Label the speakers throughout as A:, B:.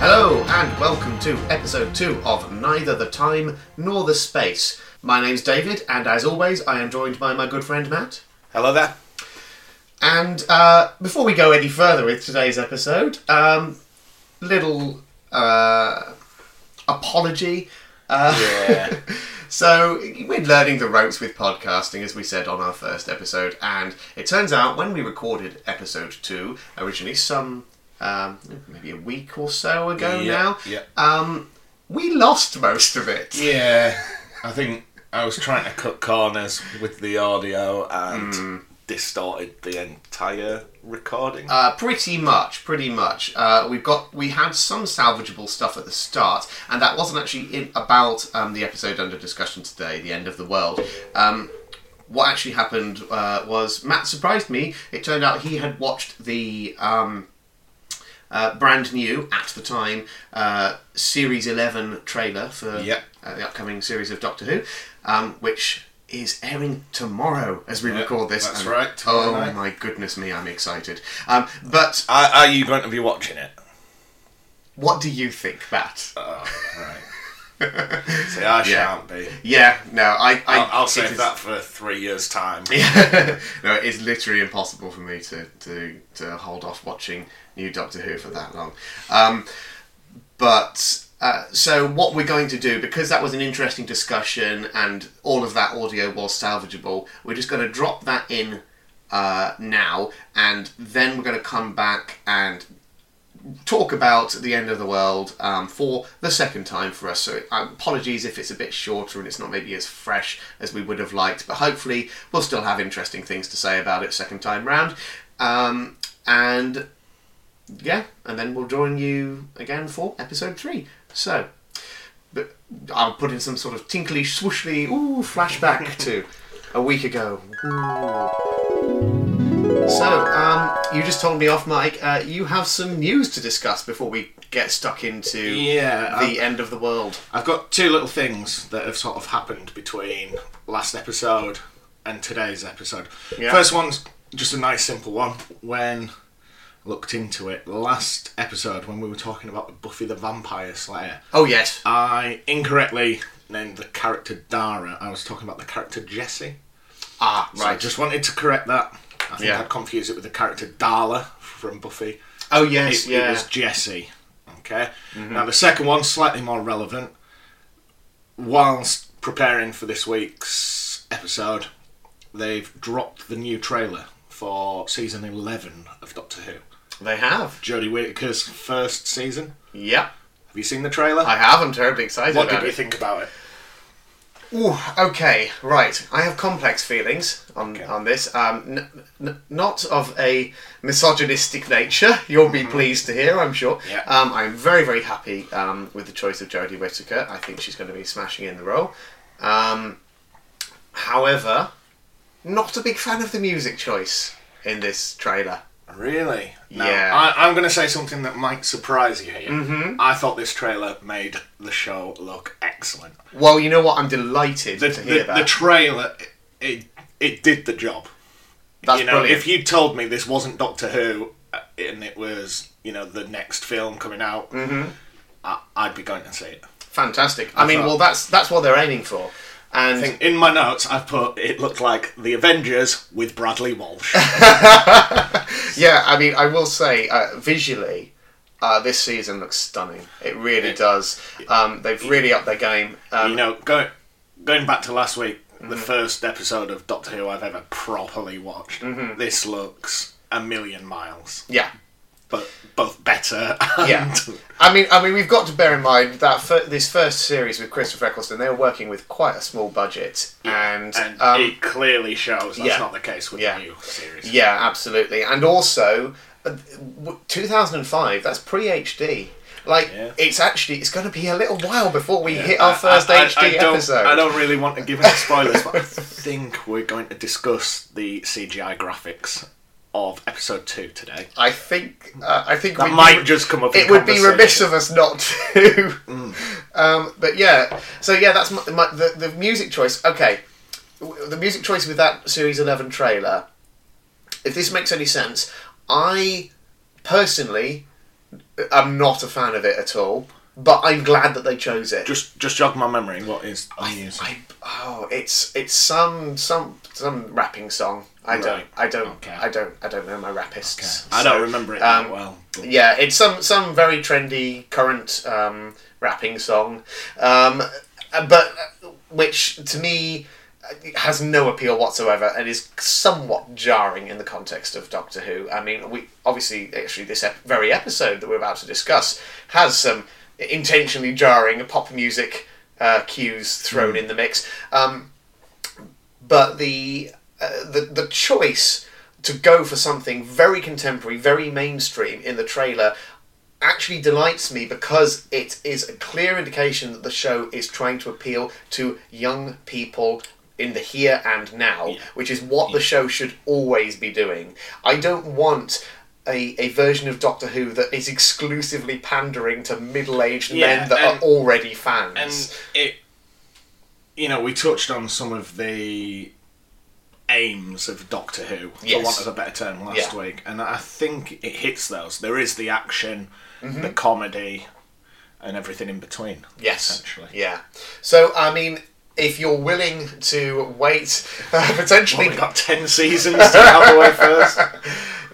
A: and welcome to episode 2 of Neither the Time Nor the Space. My name's David, and as always, I am joined by my good friend Matt.
B: Hello there.
A: And uh, before we go any further with today's episode, um, little uh, apology. Uh,
B: Yeah.
A: So we're learning the ropes with podcasting, as we said on our first episode, and it turns out when we recorded episode two originally, some um, maybe a week or so ago
B: Yeah,
A: now,
B: yeah.
A: um, we lost most of it.
B: yeah. I think I was trying to cut corners with the audio and distorted the entire recording.
A: Mm. Uh, pretty much, pretty much. Uh, we've got we had some salvageable stuff at the start, and that wasn't actually in, about um, the episode under discussion today, the end of the world. Um, what actually happened uh, was Matt surprised me. It turned out he had watched the um, uh, brand new at the time uh, series eleven trailer for
B: Yep.
A: uh, the upcoming series of Doctor Who, um, which. Is airing tomorrow as we
B: Yep,
A: record this.
B: that's
A: and-
B: right, tomorrow
A: oh
B: night.
A: my goodness me, I'm excited. Um, but
B: are, are you going to be watching it?
A: what do you think, Matt?
B: Oh, right. See, I shan't be.
A: Yeah, no, I. I
B: I'll, I'll
A: it
B: save
A: is-
B: that for three years' time.
A: no, it is literally impossible for me to, to, to hold off watching new Doctor Who for that long. Um, but. Uh, so what we're going to do, because that was an interesting discussion and all of that audio was salvageable, we're just going to drop that in uh, now, and then we're going to come back and talk about the end of the world um, for the second time for us. So um, apologies if it's a bit shorter and it's not maybe as fresh as we would have liked, but hopefully we'll still have interesting things to say about it second time round. Um, and yeah, and then we'll join you again for episode three. So. But I'll put in some sort of tinkly, swooshly, ooh, flashback to a week ago. Ooh. So, um, you just told me off, Mike. Uh, you have some news to discuss before we get stuck into
C: Yeah, um,
A: the
C: I've,
A: end of the world.
C: I've got two little things that have sort of happened between last episode and today's episode.
A: Yeah.
C: First one's just a nice simple one. When I looked into it, last episode when we were talking about Buffy the Vampire Slayer,
A: Oh yes,
C: I incorrectly named the character Dara. I was talking about the character Jesse.
A: ah
C: So I
A: right.
C: just wanted to correct that. I think
A: Yeah.
C: I'd confused it with the character Darla from Buffy.
A: oh yes,
C: It,
A: yeah. Mm-hmm.
C: it was Jesse. Okay. Now the second one, slightly more relevant. Whilst preparing for this week's episode, they've dropped the new trailer for season eleven of Doctor Who.
A: They have.
C: Jodie Whittaker's first season.
A: Yeah,
C: Have you seen the trailer?
A: I have. I'm terribly excited
C: what
A: about
C: did you
A: it.
C: think about it?
A: Ooh, okay, right. I have complex feelings on on this. Um, n- n- not of a misogynistic nature. You'll be pleased to hear, I'm sure.
C: Mm-hmm. Yeah.
A: Um, I'm very very happy um, with the choice of Jodie Whittaker. I think she's going to be smashing in the role. Um, however, not a big fan of the music choice in this trailer.
C: Really? Now,
A: Yeah. Mm-hmm.
C: I, I'm going to say something that might surprise you here. I thought this trailer made the show look excellent.
A: Well, you know what? I'm delighted
C: The,
A: to hear
C: the,
A: that.
C: the trailer, it it did the job.
A: That's
C: you know,
A: brilliant.
C: if you told me this wasn't Doctor Who uh, and it was, you know, the next film coming out,
A: Mm-hmm.
C: I, I'd be going to see it.
A: Fantastic. I mean,
C: right.
A: well, that's that's what they're aiming for. And
C: I think in my notes I've put it looked like the Avengers with Bradley Walsh.
A: Yeah, I mean, I will say uh, visually, uh, this season looks stunning. It really does. Um, they've really upped their game. Um, mm-hmm.
C: you know, going going back to last week, the first episode of Doctor Who I've ever properly watched.
A: Mm-hmm.
C: This looks a million miles,
A: yeah,
C: but both better. And
A: yeah. I mean, I mean, we've got to bear in mind that fir- this first series with Christopher Eccleston, they were working with quite a small budget, and,
C: and
A: um,
C: it clearly shows that's
A: yeah.
C: not the case with
A: Yeah.
C: the new series.
A: yeah, absolutely. And also, uh, w- 2005. That's pre HD. Like
C: Yeah.
A: it's actually it's going to be a little while before we hit
C: I-
A: our first
C: I- I-
A: HD
C: I don't,
A: episode.
C: I don't really want to give any spoilers, but I think we're going to discuss the CGI graphics of episode two today.
A: I think uh, I think
C: That
A: we
C: might just come up. in
A: it would be remiss
C: conversation.
A: of us not to. Um, but yeah, so yeah, that's my, my, the the music choice. Okay, W- the music choice with that Series Eleven trailer. If this makes any sense, I personally am not a fan of it at all. but I'm glad that they chose it.
D: Just just jog my memory. What is on the
A: I,
D: news?
A: I, oh, it's it's some some some rapping song. I don't
D: Right.
A: I don't
D: Okay.
A: I don't I don't know my rapists.
D: I
A: so-
D: don't remember it that
A: um,
D: well. but-
A: Yeah, it's some some very trendy current um, rapping song, um, but which to me has no appeal whatsoever and is somewhat jarring in the context of Doctor Who. I mean, we obviously actually this ep- very episode that we're about to discuss has some intentionally jarring pop music uh, cues thrown in the mix. Um, but the uh, the the choice to go for something very contemporary, very mainstream in the trailer actually delights me because it is a clear indication that the show is trying to appeal to young people in the here and now, which is what the show should always be doing. I don't want a, a version of Doctor Who that is exclusively pandering to middle aged
D: Yeah,
A: men that
D: and-
A: are already fans.
D: and it you know we touched on some of the aims of doctor who for
A: Yes.
D: want of a better term last
A: Yeah.
D: week and i think it hits those there is the action
A: Mm-hmm.
D: the comedy and everything in between
A: Yes.
D: essentially
A: Yeah. So I mean, if you're willing to wait, uh, potentially,
D: Well, we've got 10 seasons to have away first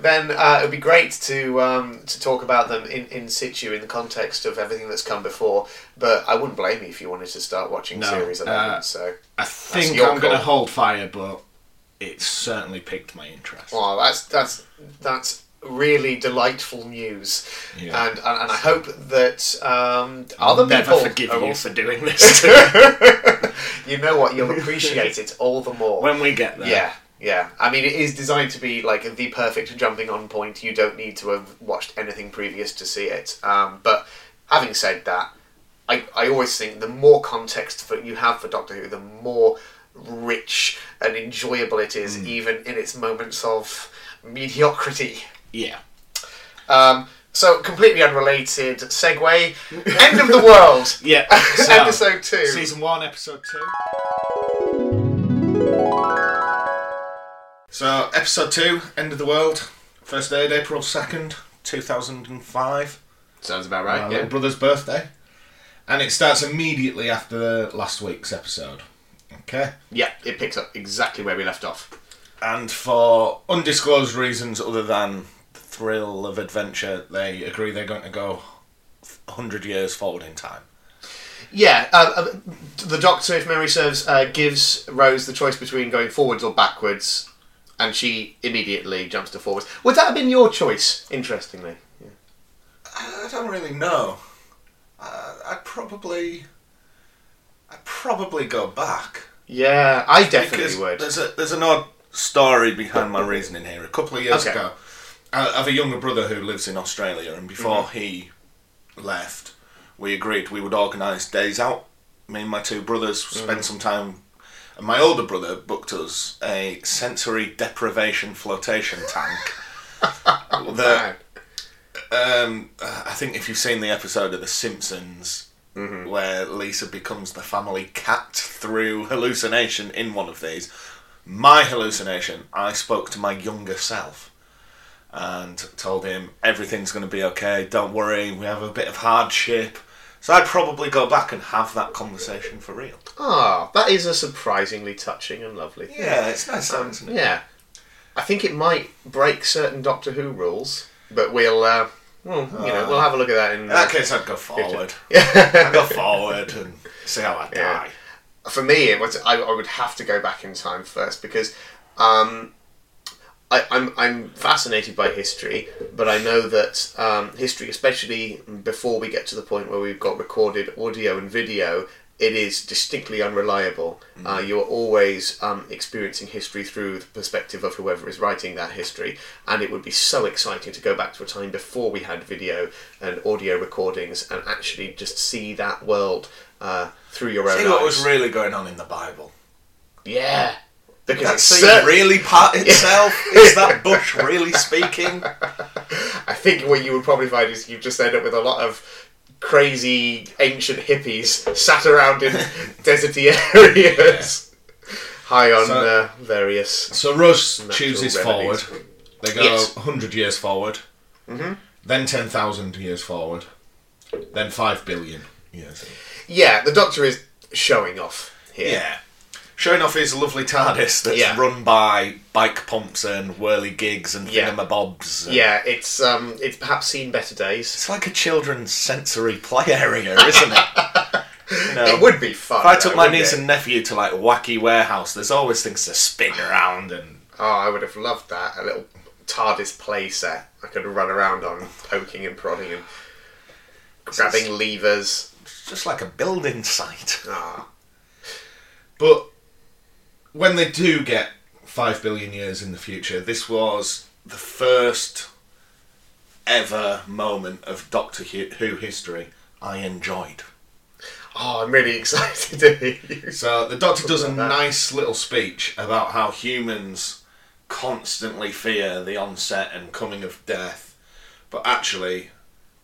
A: then uh, it'd be great to um, to talk about them in, in situ in the context of everything that's come before. But I wouldn't blame you if you wanted to start watching
D: No,
A: series eleven.
D: uh,
A: so
D: i think
A: your
D: i'm going to
A: call.
D: hold fire but it certainly piqued my interest
A: Well, that's that's that's really delightful news,
D: Yeah.
A: and, and and I hope that um,
D: i'll
A: other
D: never
A: people
D: forgive
A: are
D: you
A: also-
D: for doing this to me
A: you know what? You'll appreciate it all the more
D: when we get there
A: Yeah, yeah. I mean, it is designed to be like the perfect jumping on point. You don't need to have watched anything previous to see it. Um, but having said that, I, I always think the more context that you have for Doctor Who, the more rich and enjoyable it is, even in its moments of mediocrity.
D: yeah
A: Um, so, completely unrelated segue. End of the world.
D: yeah so,
A: Episode two.
D: season one episode two So, episode two, End of the World, first day, April 2nd, 2005.
A: Sounds about
D: My little brother's birthday. And it starts immediately after last week's episode. Okay.
A: Yeah, it picks up exactly where we left off.
D: And for undisclosed reasons other than the thrill of adventure, they agree they're going to go 100 years forward in time.
A: Yeah, uh, uh, the doctor, if memory serves, uh, gives Rose the choice between going forwards or backwards, and she immediately jumps to forwards. Would that have been your choice, interestingly?
C: I don't really know. Uh, I'd probably, I'd probably go back.
A: Yeah, I definitely
C: Because
A: would.
C: There's a there's an odd story behind my reasoning here. A couple of years
A: Okay.
C: ago, I I have a younger brother who lives in Australia, and before
A: Mm-hmm.
C: he left, we agreed we would organise days out. Me and my two brothers
A: Mm-hmm.
C: spent some time. And my older brother booked us a sensory deprivation flotation tank. that
A: Wow.
C: um, uh, I think if you've seen the episode of The Simpsons where Lisa becomes the family cat through hallucination in one of these, my hallucination, I spoke to my younger self and told him everything's going to be okay, don't worry, we have a bit of hardship. So I'd probably go back and have that conversation for real.
A: Ah, that is a surprisingly touching and lovely thing.
C: Yeah, it's nice, though, isn't it?
A: Yeah. I think it might break certain Doctor Who rules, but we'll, uh, well, you know, we'll have a look at that in.
C: In Ah. that case, I'd go forward.
A: yeah.
C: I'd go forward and see how I die.
A: Yeah. for me, it was I, I would have to go back in time first because um, I, I'm I'm fascinated by history, but I know that um, history, especially before we get to the point where we've got recorded audio and video, it is distinctly unreliable.
C: Mm-hmm.
A: Uh, you're always um, experiencing history through the perspective of whoever is writing that history, and it would be so exciting to go back to a time before we had video and audio recordings and actually just see that world. Uh, through your own
C: See what was
A: eyes.
C: really going on in the Bible.
A: Yeah. Because
C: That
A: it's
C: scene
A: cer-
C: really part itself? Is that bush really speaking?
A: I think what you would probably find is you just end up with a lot of crazy ancient hippies sat around in deserty areas, high on
D: So-
A: uh, various.
D: So Russ
A: Natural
D: chooses
A: remedies.
D: forward. They go
A: Yes.
C: Mm-hmm.
D: 100 years forward, then 10,000 years forward, Then five billion years.
A: Yeah, the Doctor is showing off here.
C: Yeah. Showing off his lovely TARDIS that's
A: Yeah.
C: run by bike pumps and whirly gigs and
A: Yeah.
C: thingamabobs. and-
A: Yeah, it's um, it's perhaps seen better days.
C: It's like a children's sensory play area, isn't it? You know,
A: It would be fun.
C: if I took
A: though,
C: my
A: wouldn't
C: niece
A: it?
C: and nephew to like Wacky Warehouse, there's always things to spin around and
A: oh, I would have loved that. A little TARDIS play set I could run around on, poking and prodding and grabbing levers.
C: it's just like a building site.
A: Ah,
D: But when they do get five billion years in the future,
C: This was the first ever moment of Doctor Hu- Who history I enjoyed.
A: oh, I'm really excited to hear you.
C: So
D: the Doctor does a
A: Something like that.
D: nice little speech.
C: about how humans constantly fear the onset and coming of death, but actually,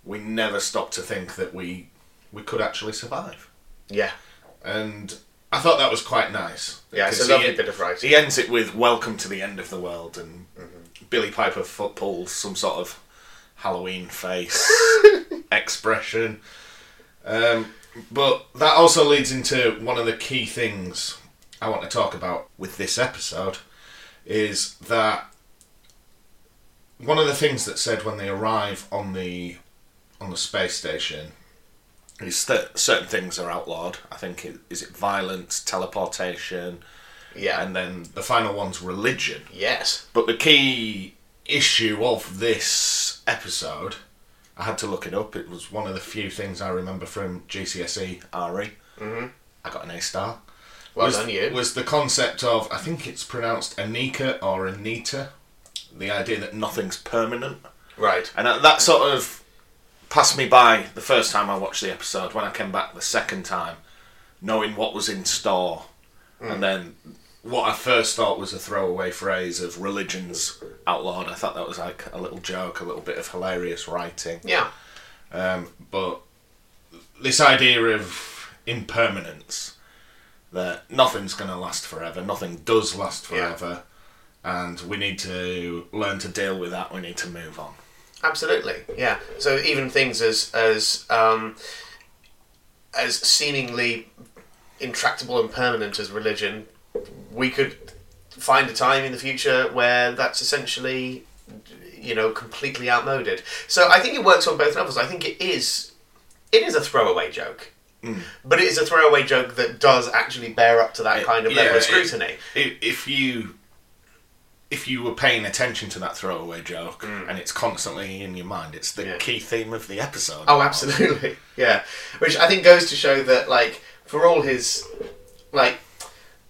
C: we never stop to think that we we could actually survive.
A: Yeah,
D: And I thought that was quite nice.
A: yeah, it's
C: Because
A: a lovely
C: he-
A: bit of writing.
C: He ends it with "Welcome to the end of the world," and Billy Piper foot pulls some sort of Halloween face expression.
D: Um, but that also leads into one of the key things I want to talk about with this episode is that one of the things that's said when they arrive on the on the space station
C: It's that certain things are outlawed. I think it, is it violence, teleportation,
A: Yeah,
C: and then
D: the final one's religion
A: yes.
C: but the key
D: issue of this episode I had to look it up it was one of the few things I remember from GCSE
C: Ari. I got an A star.
A: Mm-hmm. Well
D: was,
A: done, you.
D: was the concept of I think it's pronounced Anika or Anita, the idea that
C: Nothing's permanent.
A: Right.
C: And that, that sort of passed me by the first time I watched the episode. When I came back the second time, knowing what was in store, and then what I first thought was a throwaway phrase of religions outlawed. I thought that was like a little joke, a little bit of hilarious writing.
A: Yeah.
D: um,
C: But this idea of impermanence, that nothing's going to last forever, nothing does last
A: Yeah.
C: forever, and we need to learn to deal with that, we need to move on.
A: Absolutely, yeah. So even things as as um, as seemingly intractable and permanent as religion, we could find a time in the future where that's essentially, you know, completely outmoded. So I think it works on both levels. I think it is it is a throwaway joke,
C: Mm.
A: but it is a throwaway joke that does actually bear up to that
C: It-
A: kind of
C: yeah,
A: level of
C: it-
A: scrutiny.
C: if, if you if you were paying attention to that throwaway joke and it's constantly in your mind it's the
A: Yeah.
C: key theme of the episode
A: Oh, absolutely. Yeah. Which I think goes to show that, like, for all his, like,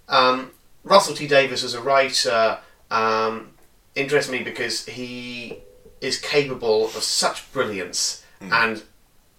A: um, Russell T Davis as a writer um, interests me because he is capable of such brilliance
D: Hmm.
A: and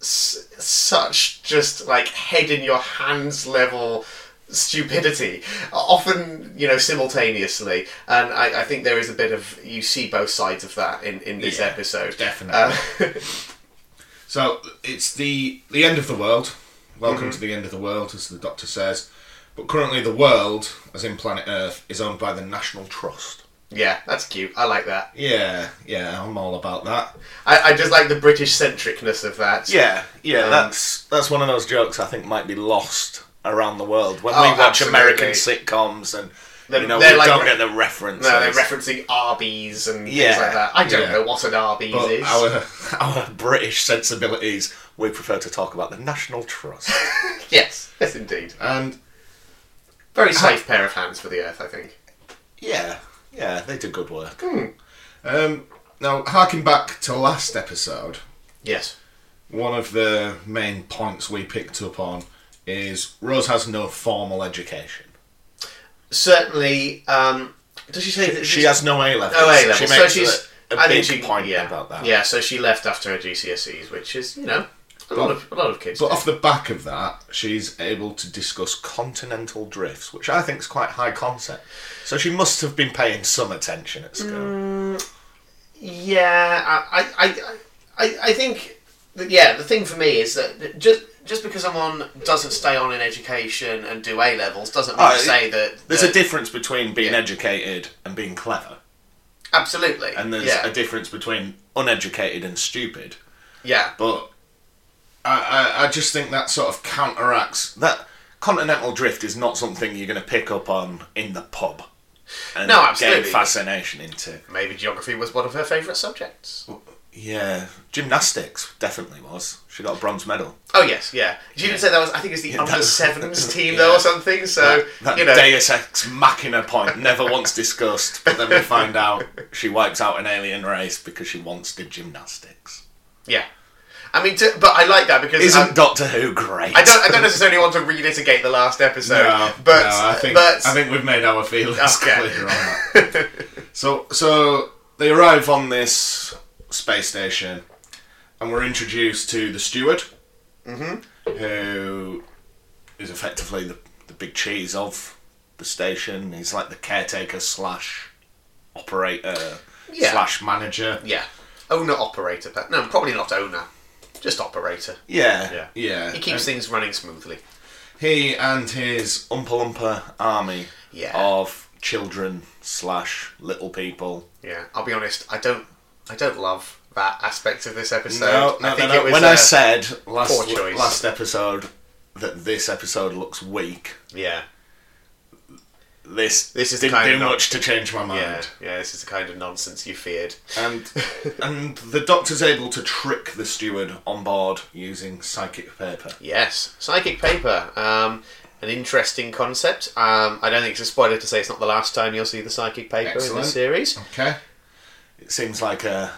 A: s- such just like head in your hands level stupidity often you know simultaneously and I, I think there is a bit of you see both sides of that in in this
D: Yeah,
A: episode
D: definitely.
A: Uh,
D: So it's the the end of the world. Welcome
C: Mm-hmm.
D: to the end of the world, as the Doctor says. But currently, the world, as in planet Earth, is owned by the National Trust.
A: Yeah, that's cute. I like that.
D: Yeah, yeah, I'm all about that.
A: I, I just like the British centricness of that.
C: yeah yeah
A: Um,
C: that's that's one of those jokes i think might be lost around the world when
A: Oh,
C: we watch
A: absolutely.
C: american sitcoms and
A: They're-
C: you know we
A: they're like-
C: don't get the reference
A: No, they're referencing Arby's and things
C: Yeah,
A: like that. I don't
D: yeah.
A: know what an Arby's
D: But
A: is.
D: our
C: our british sensibilities we prefer to talk about the national trust
A: Yes, yes, indeed.
D: and
A: Very
C: Uh,
A: safe pair of hands for the Earth, I think.
C: yeah yeah they do good work
D: Hmm. um, now harking back to last episode,
A: Yes.
D: one of the main points we picked up on is Rose has no formal education.
A: Certainly. Um, does she say that
C: she has no a levels
A: no A level?
C: she
A: So
C: makes
A: she's.
C: a, a
A: I
C: big
A: think she,
C: point
A: yeah,
C: about that
A: Yeah, so she left after her GCSEs, which is you know a lot of a lot of kids.
D: But
A: do.
D: off the back of that, she's able to
C: discuss continental drifts, which I think is quite high concept. So she must have been paying some attention at school.
A: Yeah, I, I, I- I, I think, that, yeah, the thing for me is that just just because someone doesn't stay on in education and do A levels doesn't mean
C: Oh,
A: to say that.
C: There's
A: that-
C: a difference between being educated and being clever,
A: absolutely,
C: and there's
A: yeah,
C: a difference between uneducated and stupid.
A: yeah,
C: But I, I, I just think that sort of counteracts that continental drift is not something you're going to pick up on in the pub. And
A: No,
C: Gain
A: absolutely.
C: fascination into.
A: Maybe geography was one of her favourite subjects.
C: Yeah, gymnastics definitely was. She got a bronze medal.
A: Oh yes, yeah. She didn't say that was. I think it was the under
C: that-
A: sevens team
C: yeah.
A: though, or something. So
C: That
A: you know,
C: Deus ex machina point never once discussed, but then we find out she wipes out an alien race because she once did gymnastics.
A: yeah. I mean, to, but I like that because
C: Isn't
A: um,
C: Doctor Who great?
A: I don't. I don't necessarily want to relitigate the last episode,
D: No,
A: but
D: no, I think
A: but
D: I think we've made our feelings
A: Okay.
D: clear on that.
C: So, so they arrive on this space station, and we're introduced to the steward,
A: Mm-hmm.
C: who is effectively the, the big cheese of the station. He's like the caretaker slash operator
A: Yeah.
C: slash manager.
A: yeah, owner operator. but- No, probably not owner, just operator. Yeah.
C: Yeah, yeah.
A: He keeps things running smoothly.
C: He and his Oompa Loompa army
A: Yeah.
C: of children slash little people.
A: Yeah, I'll be honest. I don't. I don't love that aspect of this episode.
C: No, no,
A: I think
C: no, no.
A: it was
C: when
A: uh,
C: I said last
A: poor choice.
C: last episode that this episode looks weak,
A: yeah,
C: this
A: This is
C: didn't
A: kind
C: do
A: of not-
C: much to change my mind.
A: yeah, yeah. This is the kind of nonsense you feared.
C: And and the doctor's able to trick the steward on board using psychic paper.
A: Yes, psychic paper. Um, an interesting concept. Um, I don't think it's a spoiler to say it's not the last time you'll see the psychic paper in
C: Excellent.
A: this series.
C: Okay, it seems like a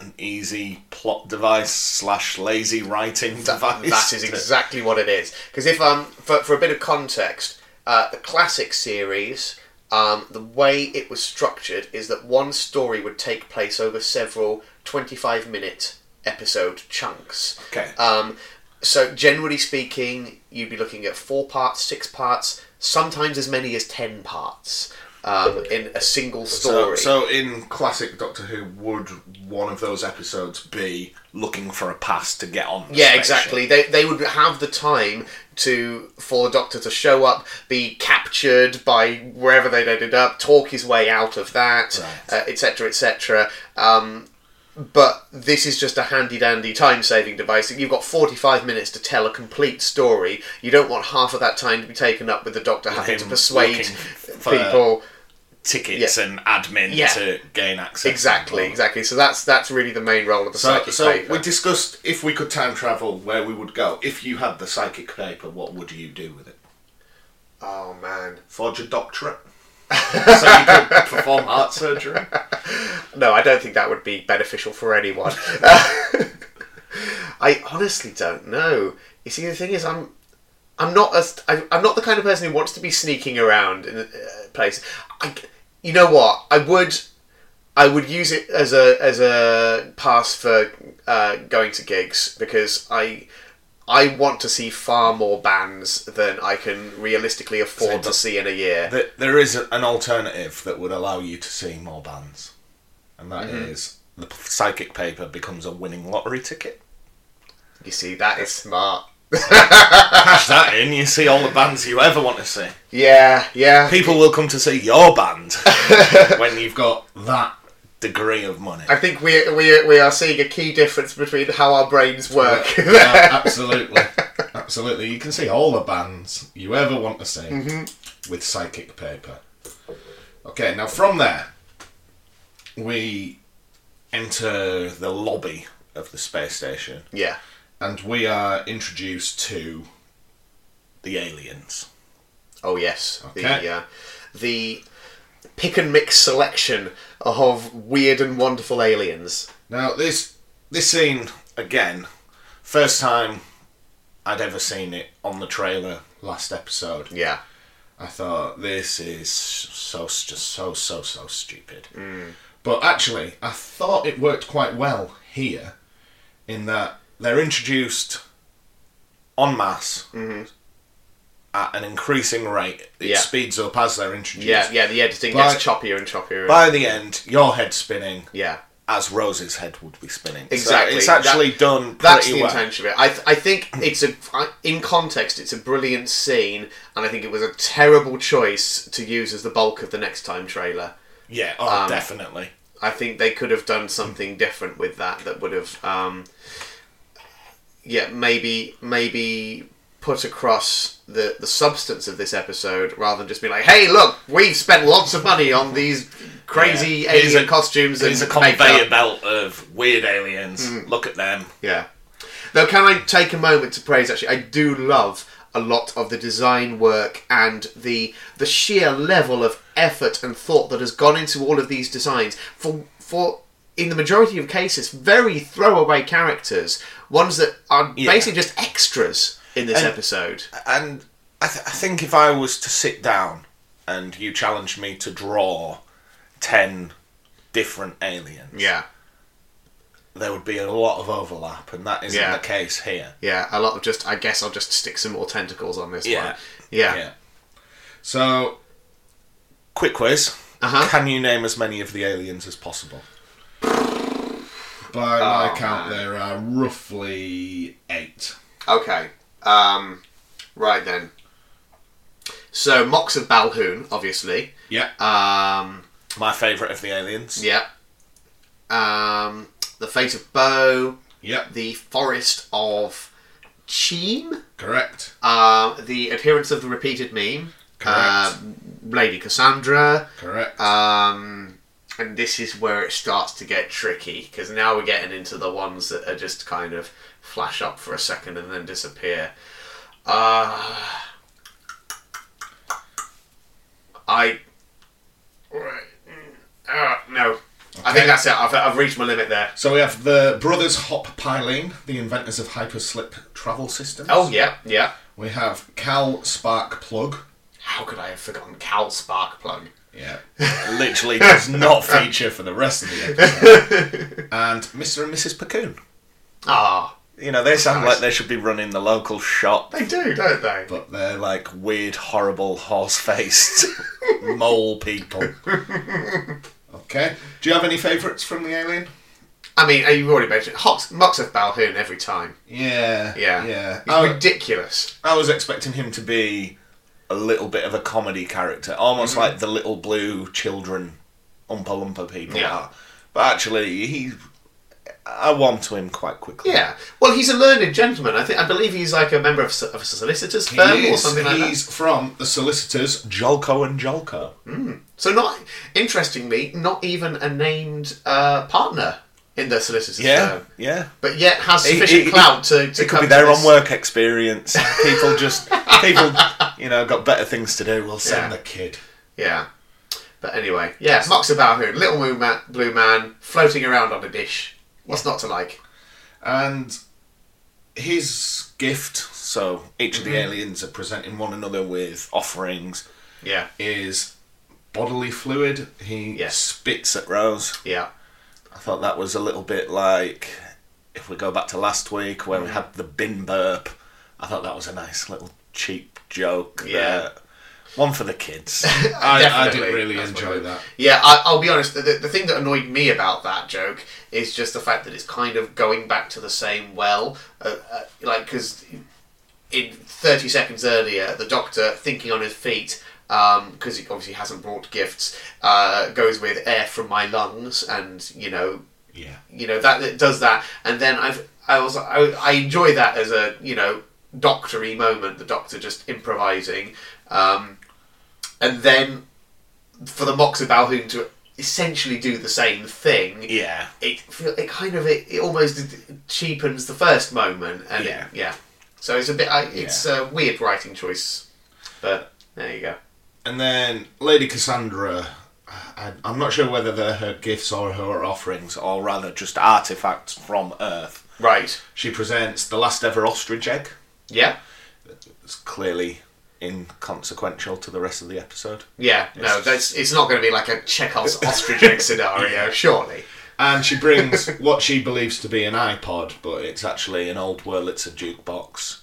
C: an easy plot device slash lazy writing device.
A: That is
C: to-
A: exactly what it is. Because if um, for for a bit of context, uh, the classic series. Um, the way it was structured is that one story would take place over several 25 minute episode chunks.
C: Okay.
A: Um, so generally speaking, you'd be looking at four parts, six parts, sometimes as many as ten parts um, in a single
C: So,
A: story.
C: so in classic Doctor Who, would one of those episodes be looking for a pass to get on? the
A: yeah,
C: spaceship?
A: exactly. They, they would have the time to for the Doctor to show up, be captured by wherever they'd ended up, talk his way out of that,
C: Right.
A: uh, etc., etc. Um, but this is just a handy dandy time saving device. You've got 45 minutes to tell a complete story. You don't want half of that time to be taken up with the Doctor having
C: him
A: to persuade
C: looking for-
A: people.
C: Tickets and admin
A: Yeah.
C: to gain access.
A: Exactly,
C: and all.
A: exactly. So that's that's really the main role of the
C: So,
A: psychic
C: so
A: paper.
C: we discussed if we could time travel, where we would go. If you had the psychic paper, what would you do with it?
A: oh man.
C: Forge a doctorate, so you could perform heart surgery.
A: No, I don't think that would be beneficial for anyone. I honestly don't know. You see, the thing is, I'm, I'm not as I, I'm not the kind of person who wants to be sneaking around in a uh, place. I, you know what? I would, I would use it as a as a pass for uh, going to gigs because I. I want to see far more bands than I can realistically afford to see in a year.
C: Th- There is an alternative that would allow you to see more bands, and that is
A: Mm-hmm.
C: the psychic paper becomes a winning lottery ticket.
A: You see, that is smart.
C: Cash that in, you see all the bands you ever want to see.
A: Yeah, yeah.
C: People will come to see your band when you've got that degree of money.
A: I think we, we, we are seeing a key difference between how our brains work.
D: Yeah, absolutely, absolutely. You can see all the bands you ever want to see
A: Mm-hmm.
D: with psychic paper. Okay, now from there,
C: We enter the lobby of the space station,
A: yeah.
D: and we are introduced to
C: the aliens.
A: Oh, yes.
D: Okay.
A: The, uh, the pick and mix selection of weird and wonderful aliens.
C: Now, this this scene again, first time I'd ever seen it on the trailer last episode.
A: Yeah.
C: I thought this is so just so so so stupid.
A: Mm.
D: But actually, I thought it worked quite well here.
C: in that they're introduced en masse at an increasing rate. It
A: Mm-hmm. Yeah.
C: speeds up as they're introduced.
A: Yeah, yeah, the editing
C: By-
A: gets choppier and choppier.
C: By the end, your head's spinning
A: yeah.
C: as Rose's head would be spinning. So
A: Exactly.
C: it's actually done pretty
A: That's the
C: well.
A: intention of it. I, th- I think it's a I, in context, it's a brilliant scene, and I think it was a terrible choice to use as the bulk of the next time trailer.
C: Yeah, oh, definitely.
A: I think they could have done something different with that that would have um, yeah, maybe maybe put across the the substance of this episode rather than just be like, hey, look, we've spent lots of money on these crazy
C: Yeah. Here's
A: alien
C: a-
A: costumes and
C: There's a
A: makeup."
C: conveyor belt of weird aliens. Look at them.
A: Yeah. Though, can I take a moment to praise? Actually, I do love a lot of the design work and the the sheer level of effort and thought that has gone into all of these designs. For for in the majority of cases, very throwaway characters, ones that are
C: Yeah.
A: basically just extras in this
C: And-
A: episode.
C: And I, th- I think if I was to sit down and you challenged me to draw 10 different aliens,
A: Yeah,
C: there would be a lot of overlap, and that isn't
A: Yeah.
C: the case here.
A: yeah, a lot of just. I guess I'll just stick some more tentacles on this
C: Yeah.
A: one. Yeah,
C: Yeah.
D: So
C: Quick quiz.
A: Uh-huh.
C: Can you name as many of the aliens as possible?
D: by
A: Oh,
D: my count,
A: man.
D: there are roughly eight.
A: Okay. Um, right then. So Mox of Balhoun, obviously.
D: Yeah.
A: Um,
C: My favourite of the aliens.
A: yeah. Um, the face of Bo,
D: Yep.
A: the forest of Cheem,
D: Correct.
A: um, the appearance of the repeated meme,
D: Correct.
A: um, Lady Cassandra,
D: Correct.
A: um, and this is where it starts to get tricky because now we're getting into the ones that are just kind of flash up for a second and then disappear. Uh, I. Uh, no. I think
D: Okay.
A: that's it. I've, I've reached my limit there.
D: so we have the brothers Hop Pylene, the inventors of hyperslip travel systems.
A: Oh, yeah, yeah.
D: We have Cal Spark Plug.
A: How could I have forgotten Cal Spark Plug?
D: Yeah.
C: Literally does not feature for the rest of the episode.
D: and
C: Mr. and Mrs. Pacoon.
A: Ah,
C: You know, they sound
A: Nice.
C: like they should be running the local shop.
A: they do, don't they?
D: but they're like
C: Like weird, horrible, horse faced mole people.
D: okay. Do you have any favourites from the alien?
A: I mean, uh, you've already mentioned Hox, Mox of Balhoun every time.
D: Yeah.
A: Yeah.
D: Yeah. Oh.
A: It's
D: I,
A: ridiculous.
C: I was expecting him to be a little bit of a comedy character, almost
A: Mm-hmm.
C: like the little blue children Oompa Loompa people
A: Yeah.
C: are. But actually, he. I warmed to him quite quickly.
A: Yeah. Well, he's a learned gentleman. I think I believe he's like a member of, s- of a solicitor's
D: he
A: firm or
D: is.
A: something like that.
D: He's from the solicitors.
C: Jolko and Jolko.
A: Mm-hmm. So not interestingly, not even a named uh, partner in the solicitor's
C: Yeah,
A: firm,
C: yeah.
A: but yet has
C: He-
A: sufficient
C: he-
A: clout to, to
C: It could
A: come
C: be
A: to
C: their
A: this.
C: own work experience. People just, people, you know, got better things to do. We'll
D: Send
C: send
D: the kid.
A: Yeah. But anyway, yeah, Mox about who little moon man, blue man floating around on a dish. What's not to like?
D: And his
C: gift. So each of the aliens are presenting one another with offerings.
A: Yeah,
D: is bodily fluid. He
A: Yes.
C: Spits at Rose.
A: yeah,
C: I thought that was a little bit like if we go back to last week where we had the bin burp. I thought that was a nice little cheap joke.
A: Yeah.
C: there. One for the kids.
D: I, I
A: Definitely.
D: did really
A: That's what
D: enjoy
A: it-
D: that.
A: yeah. I, I'll be honest. The, the the thing that annoyed me about that joke is just the fact that it's kind of going back to the same well, uh, uh, like because in 30 seconds earlier, the doctor, thinking on his feet, because he obviously hasn't brought gifts, uh, goes with air from my lungs, and you know,
D: Yeah.
A: you know that it does that, and then I've I was I, I enjoy that as a you know doctory moment, the doctor just improvising, um, and then for the Mox of Balhoun to essentially do the same thing,
C: yeah.
A: it feel it kind of it, it almost cheapens the first moment and it-
C: Yeah.
A: yeah so it's a bit I, it's a weird writing choice but there you go
D: And then Lady Cassandra. I, I'm not sure whether they're her gifts or her offerings.
C: Offerings, or rather just artifacts from Earth.
A: right
D: She presents the last ever ostrich egg.
A: yeah
C: It's clearly inconsequential to the rest of the episode.
A: yeah no that's it's not going to be like a Chekhov's ostrich egg scenario surely
D: And she brings what she believes to be an iPod, but it's
C: It's actually an old Wurlitzer jukebox.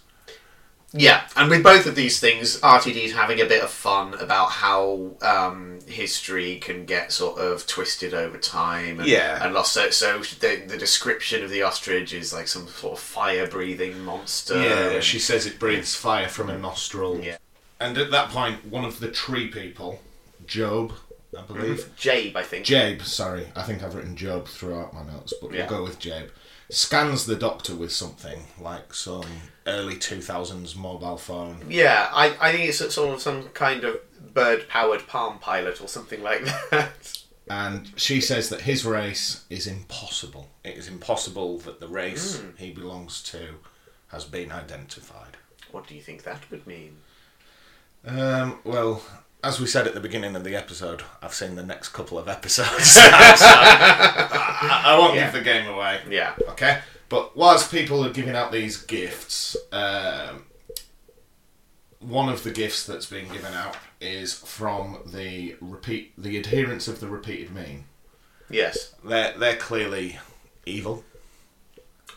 A: Yeah, and with both of these things, RTD's having a bit of fun about how um, history can get sort of twisted over time and,
C: Yeah.
A: and lost. So, so the, the description of the ostrich is like some sort of fire breathing monster.
D: Yeah,
A: and-
D: Um, she says it breathes fire from her nostril.
A: Yeah.
D: And at that point, one of the tree people, Job,
C: I believe.
A: Jabe, I think.
C: Jabe, sorry, I think I've written Job throughout my notes, but
A: Yeah.
C: we'll go with Jabe. Scans the doctor with something like some early 2000s mobile phone.
A: Yeah, I, I think it's sort of some kind of bird powered palm pilot or something like that.
C: And she says that his race is impossible. It is impossible that the race he belongs to has been identified.
A: What do you think that would mean?
C: Um, well, as we said at the beginning of the episode, I've seen the next couple of episodes. so I, I won't
A: Yeah.
C: give the game away.
A: Yeah.
C: Okay, but whilst people are giving out these gifts, um, one of the gifts that's being given out is from the repeat, the adherents of the repeated mean.
A: Yes.
C: They're they're clearly evil.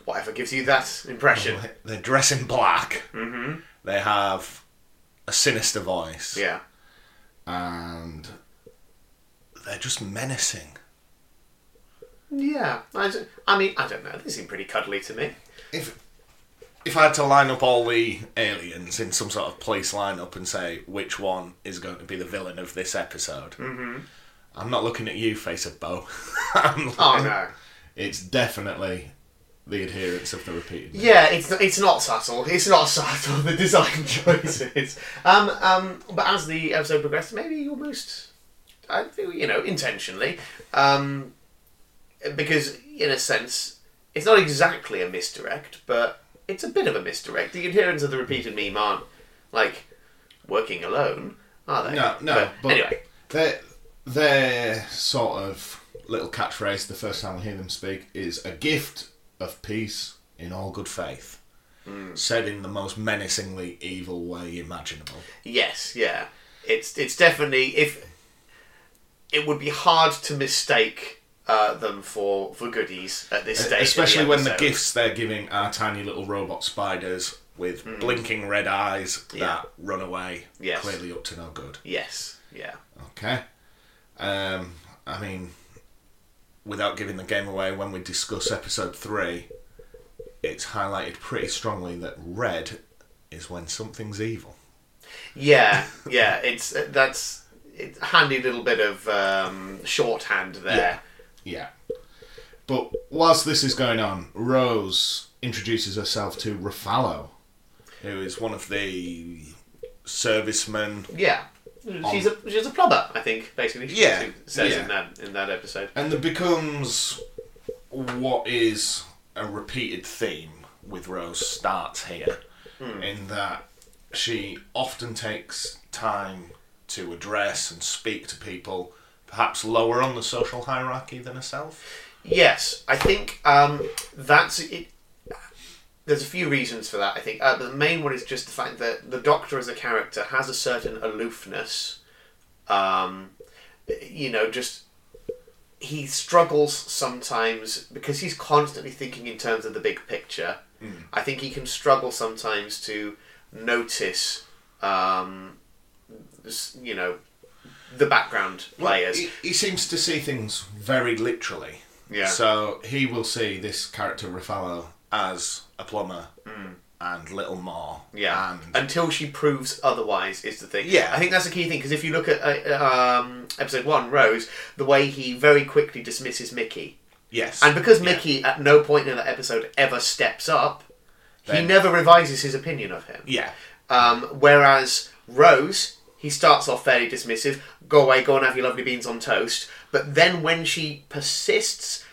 A: Whatever gives you that impression.
C: They dress in black.
A: Mm-hmm.
C: They have a sinister voice,
A: Yeah.
C: and they're just menacing.
A: Yeah. I, d- I mean, I don't know. They seem pretty cuddly to me.
C: if if I had to line up all the aliens in some sort of police lineup and say which one is going to be the villain of this episode,
A: Mm-hmm.
C: I'm not looking at you, face of Bo. I'm
A: Oh
C: like-
A: no.
C: It's definitely the adherence of the repeated. name.
A: Yeah, it's it's not subtle. It's not subtle. The design choices. Um, um, but as the episode progressed, maybe almost, I think you know, intentionally, um, because in a sense, it's not exactly a misdirect, but it's a bit of a misdirect. The adherents of the repeated meme aren't like working alone, are they?
C: No, no. But,
A: anyway,
C: their their sort of little catchphrase the first time I hear them speak is a gift of peace in all good faith,
A: Mm.
C: said in the most menacingly evil way imaginable.
A: yes, yeah. It's it's definitely if it would be hard to mistake uh, them for for goodies at this stage,
C: E-, especially
A: in
C: when the
A: episode.
C: gifts they're giving are tiny little robot spiders with blinking red eyes
A: Mm. Yeah.
C: that run away,
A: Yes.
C: clearly up to no good.
A: Yes, yeah,
C: Okay. Um, I mean, without giving the game away, when we discuss episode three, it's highlighted pretty strongly that red is when something's evil.
A: yeah, yeah. It's uh, that's it's a handy little bit of um, shorthand there.
C: Yeah. But whilst this is going on, Rose introduces herself to Rafalo, who is one of the servicemen
A: Yeah. She's a she's a plumber, I think. Basically, she
C: Yeah,
A: says
C: yeah.
A: in that in that episode.
C: And it becomes what is a repeated theme with Rose starts here,
A: Hmm.
C: in that she often takes time to address and speak to people perhaps lower on the social hierarchy than herself.
A: Yes, I think um, that's it. There's a few reasons for that. I think uh, the main one is just the fact that the Doctor as a character has a certain aloofness. Um, you know, just he struggles sometimes because he's constantly thinking in terms of the big picture. I think he can struggle sometimes to notice, um, s- you know, the background players.
C: He, he seems to see things very literally.
A: Yeah.
C: So he will see this character Rafalo as a plumber and little more.
A: Hmm. Yeah.
C: And
A: Until she proves otherwise is the thing.
C: Yeah.
A: I think that's a key thing because if you look at uh, um, episode one, Rose, the way he very quickly dismisses Mickey,
C: yes.
A: and because
C: Yeah.
A: Mickey at no point in that episode ever steps up, he
C: Then-
A: never revises his opinion of him.
C: Yeah.
A: Um, whereas Rose, he starts off fairly dismissive. Go away, go and have your lovely beans on toast. But then when she persists,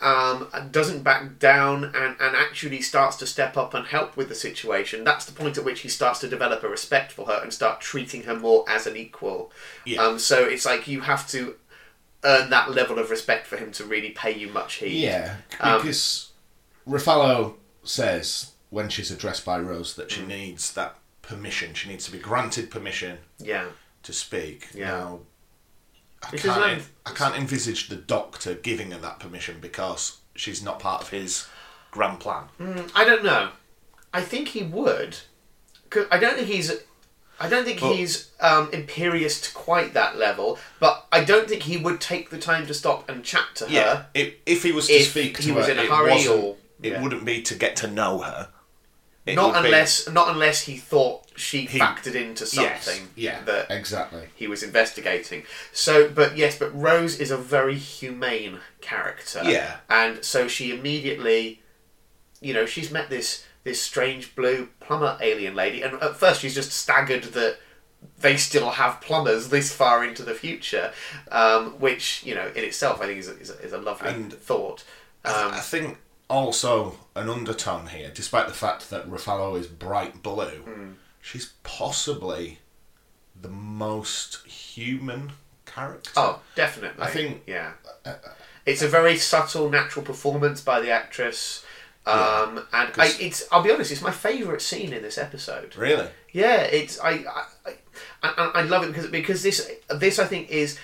A: um, and doesn't back down, and, and actually starts to step up and help with the situation, that's the point at which he starts to develop a respect for her and start treating her more as an equal.
C: Yeah.
A: Um, so it's like you have to earn that level of respect for him to really pay you much heed.
C: Yeah,
A: Um,
C: because Ruffalo says when she's addressed by Rose that
A: Mm.
C: she needs that permission. She needs to be granted permission
A: Yeah.
C: to speak.
A: Yeah.
C: Now, I
A: Which is
C: can't,
A: like-
C: I can't envisage the doctor giving her that permission because she's not part of his grand plan.
A: Mm, I don't know. I think he would. 'Cause I don't think he's. I don't think
C: But-
A: he's um, imperious to quite that level, but I don't think he would take the time to stop and chat to her.
C: If, if he was to
A: If
C: speak to
A: he was
C: her,
A: in a
C: it,
A: hurry
C: wasn't,
A: or-
C: it
A: yeah.
C: wouldn't be to get to know her.
E: it
A: not
E: would be-
A: unless not unless he thought she factored into
E: Yes,
A: something
C: yeah.
A: that
F: Exactly.
A: he was investigating. So, but yes, but Rose is a very humane character.
C: Yeah.
A: and so she immediately, you know, she's met this this strange blue plumber alien lady, and at first she's just staggered that they still have plumbers this far into the future, um, which you know in itself I think is a, is a, is a lovely thought. Um,
C: I think also an undertone here, despite the fact that Ruffalo is bright blue, she's possibly the most human character.
A: oh, definitely.
C: I think-
A: yeah, it's a very subtle, natural performance by the actress. Um, and I,
C: 'cause-
A: it's I'll be honest, it's my favourite scene in this episode.
C: Really?
A: Yeah, it's I I, I, I I love it because because this this I think is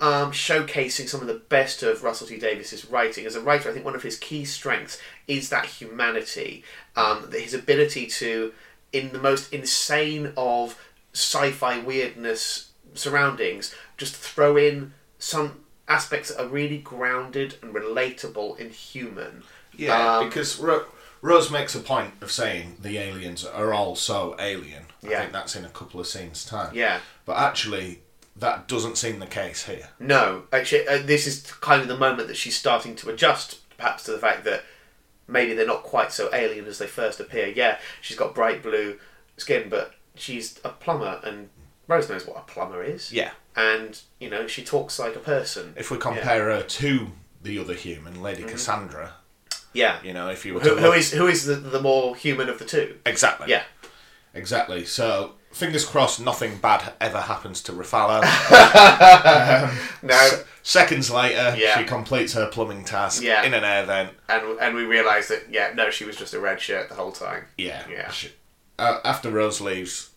A: um, showcasing some of the best of Russell T Davis's writing as a writer. I think one of his key strengths is that humanity, um, that his ability to, in the most insane of sci-fi weirdness surroundings, just throw in some aspects that are really grounded and relatable and human.
C: Yeah,
A: Um,
C: because Ro- Rose makes a point of saying the aliens are all so alien. I
A: Yeah.
C: think that's in a couple of scenes' time.
A: Yeah.
C: But actually, that doesn't seem the case here.
A: No, actually, uh, this is kind of the moment that she's starting to adjust, perhaps to the fact that maybe they're not quite so alien as they first appear. Yeah, she's got bright blue skin, but she's a plumber, and Rose knows what a plumber is.
E: Yeah.
A: and you know she talks like a person.
C: If we compare her to the other human, Lady Cassandra,
A: Yeah,
C: you know, if you were to
A: who, who
C: look-
A: is who is the, the more human of the two?
C: Exactly.
A: Yeah,
C: Exactly. So, fingers crossed, nothing bad ever happens to Rafalo.
A: no,
C: Seconds later,
A: Yeah.
C: she completes her plumbing task
A: Yeah.
C: in an air vent.
A: and and we realise that yeah, no, she was just a red shirt the whole time.
C: Yeah.
A: Yeah.
C: She- uh, after Rose leaves,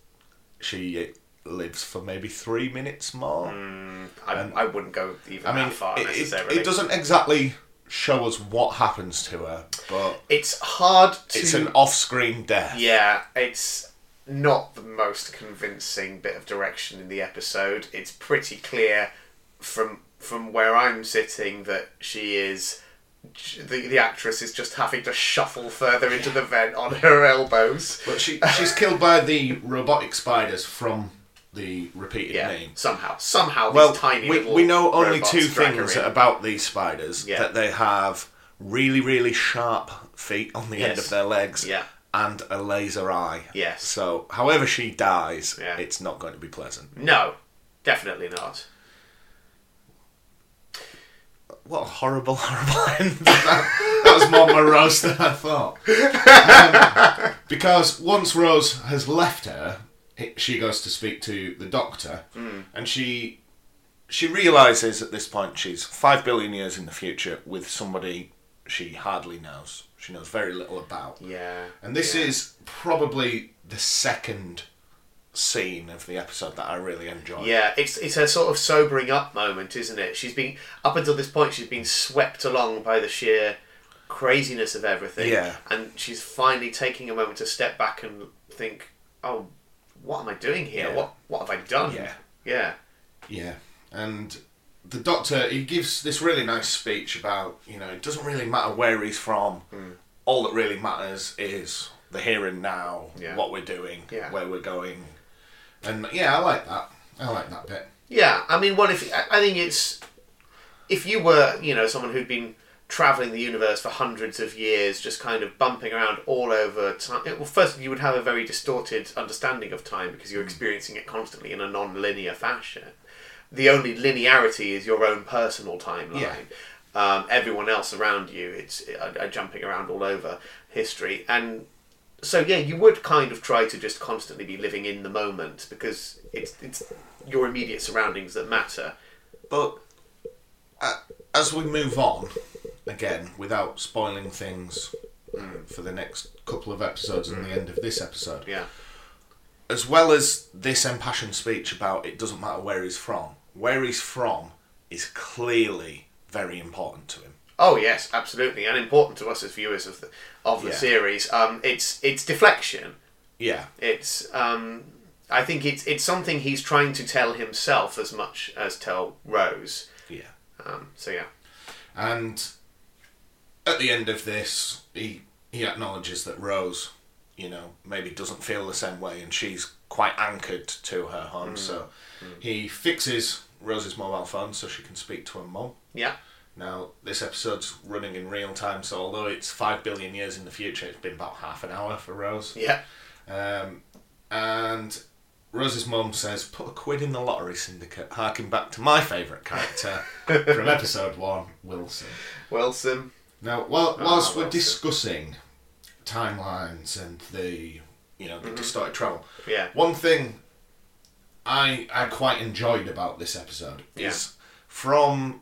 C: she lives for maybe three minutes more.
A: I, I wouldn't go even
C: I mean,
A: that Hmm, far
C: it- it,
A: necessarily.
C: it doesn't exactly show us what happens to her, but
A: It's hard to.
C: it's an off-screen death.
A: Yeah, it's not the most convincing bit of direction in the episode. It's pretty clear from from where I'm sitting that she is the the actress is just having to shuffle further into the vent on her elbows.
C: But she she's killed by the robotic spiders from the repeated
A: Yeah,
C: name.
A: somehow, somehow
C: Well,
A: these tiny
C: we,
A: little
C: we know only
A: robots
C: two
A: drag her
C: things
A: in.
C: about these spiders
A: Yeah.
C: that they have really, really sharp feet on the end
A: Yes.
C: of their legs
A: Yeah.
C: and a laser eye.
A: Yes.
C: So, however she dies,
A: Yeah.
C: it's not going to be pleasant.
A: No, definitely not.
C: What a horrible, horrible end. that, that was more morose than I thought. Um, because once Rose has left her, it, she goes to speak to the doctor, and she
E: She realizes at this point she's five billion years in the future with somebody she hardly knows. She knows very little about.
A: Yeah.
C: And this
A: yeah.
C: is probably the second scene of the episode that I really enjoyed.
A: Yeah, it's it's her sort of sobering up moment, isn't it? She's been up until this point, she's been swept along by the sheer craziness of everything.
E: Yeah.
A: and she's finally taking a moment to step back and think, "Oh, what am I doing here?
E: Yeah.
A: What what have I done?"
C: Yeah.
A: yeah,
C: Yeah. And the doctor, he gives this really nice speech about, you know, it doesn't really matter where he's from.
A: Hmm.
C: All that really matters is the here and now,
A: Yeah.
C: what we're doing,
A: Yeah.
C: where we're going. And yeah, I like that. I like that bit.
A: yeah. I mean, what if I- I think it's if you were you know someone who'd been traveling the universe for hundreds of years just kind of bumping around all over time it- well first you would have a very distorted understanding of time because you're experiencing it constantly in a non-linear fashion the only linearity is your own personal timeline
C: Yeah.
A: um, everyone else around you it's uh, uh, jumping around all over history and so yeah you would kind of try to just constantly be living in the moment because it's, it's your immediate surroundings that matter
C: But uh, as we move on, again, without spoiling things
A: Hmm.
C: uh, for the next couple of episodes and the end of this episode,
A: yeah
C: as well as this impassioned speech about it doesn't matter where he's from, where he's from is clearly very important to him.
A: Oh yes, absolutely, and important to us as viewers of the of the
C: Yeah.
A: series. Um, it's it's deflection.
C: Yeah,
A: It's um, I think it's it's something he's trying to tell himself as much as tell Rose.
C: yeah.
A: Um, so yeah,
C: And at the end of this, he he acknowledges that Rose, you know, maybe doesn't feel the same way, and she's quite anchored to her home. So he fixes Rose's mobile phone so she can speak to her mum.
A: Yeah.
C: Now, this episode's running in real time, so although it's five billion years in the future, it's been about half an hour for Rose.
A: Yeah.
C: Um, and Rose's mum says, "Put a quid in the lottery syndicate." Harking back to my favourite character from episode one, Wilson.
A: Wilson.
C: Now, while, whilst we're
A: Wilson.
C: discussing timelines and the you know the distorted travel,
A: Yeah.
C: one thing I I quite enjoyed about this episode is from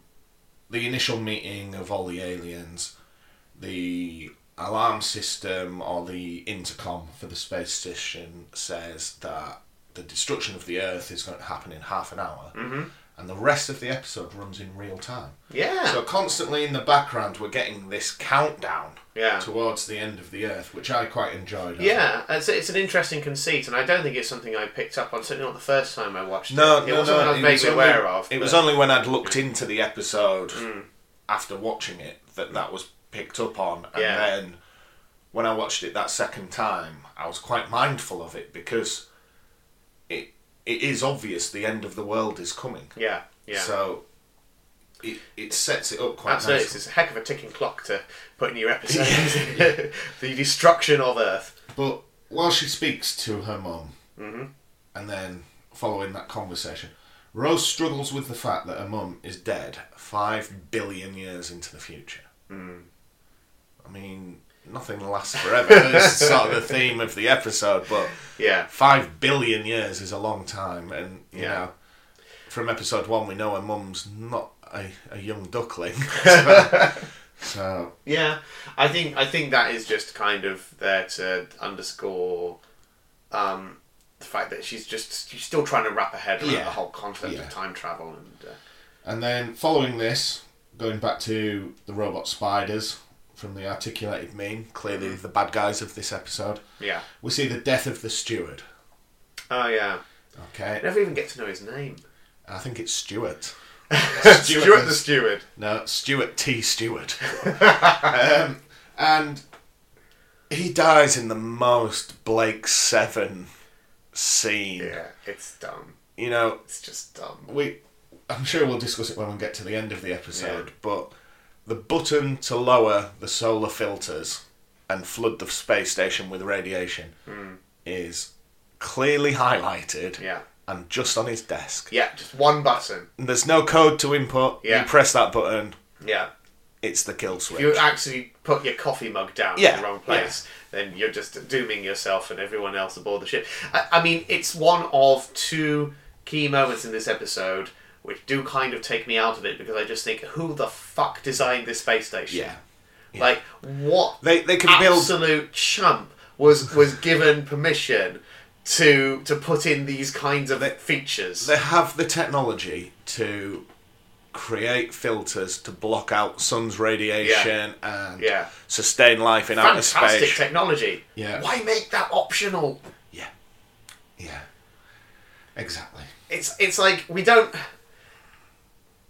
C: the initial meeting of all the aliens, the alarm system or the intercom for the space station says that the destruction of the Earth is going to happen in half an hour,
A: Mm-hmm.
C: and the rest of the episode runs in real time.
A: Yeah.
C: So constantly in the background, we're getting this countdown
A: Yeah.
C: towards the end of the Earth, which I quite enjoyed. I
A: yeah, it's, it's an interesting conceit, and I don't think it's something I picked up on. Certainly not the first time I watched
C: think. No,
A: it.
C: no,
A: it wasn't
C: no.
A: something I was
C: it
A: vaguely
C: was only-
A: aware of.
C: It
A: but- Hmm.
C: was only when I'd looked into the episode after watching it that that was picked up on, and
A: Yeah.
C: then when I watched it that second time, I was quite mindful of it because it it is obvious the end of the world is coming.
A: Yeah, yeah.
C: So it it sets it up quite
A: Absolutely,
C: nicely.
A: it's a heck of a ticking clock to put in your episodes. the destruction of Earth.
C: But while she speaks to her mum, and then following that conversation, Rose struggles with the fact that her mum is dead five billion years into the future. I mean, nothing lasts forever. That's sort of the theme of the episode, but
A: Yeah.
C: five billion years is a long time, and you
A: Yeah.
C: know, from episode one, we know her mum's not a, a young duckling. so, so,
A: Yeah, I think I think that is just kind of there to underscore um, the fact that she's just she's still trying to wrap her head around
C: Yeah.
A: the whole concept
C: Yeah.
A: of time travel and uh,
C: And then following this, going back to the robot spiders from the articulated meme, clearly the bad guys of this episode,
A: yeah.
C: we see the death of the steward.
A: Oh yeah, I
C: Okay,
A: never even get to know his name.
C: I think it's Stewart.
A: Stuart, the
C: is-
A: steward.
C: no, Stewart T. Stewart. um, and he dies in the most Blake Seven scene.
A: Yeah, it's dumb.
C: You know,
A: It's just um, dumb.
C: we I'm sure we'll discuss it when we get to the end of the episode, but the button to lower the solar filters and flood the space station with radiation is clearly highlighted
A: Hmm. Yeah.
C: and just on his desk.
A: Yeah, just one button.
C: And there's no code to input.
A: Yeah.
C: You press that button,
A: Yeah.
C: it's the kill switch.
A: If you actually put your coffee mug down in
C: Yeah,
A: the wrong place, then you're just dooming yourself and everyone else aboard the ship. I, I mean, it's one of two key moments in this episode which do kind of take me out of it because I just think, who the fuck designed this space station?
C: yeah.
A: Like, what
C: They they can build
A: absolute chump was was given permission to to put in these kinds of features?
C: they have the technology to create filters to block out sun's radiation and
A: Yeah.
C: sustain life in outer
A: Fantastic
C: space.
A: technology.
C: Yeah.
A: Why make that optional?
C: Yeah. Yeah. Exactly.
A: it's it's like we don't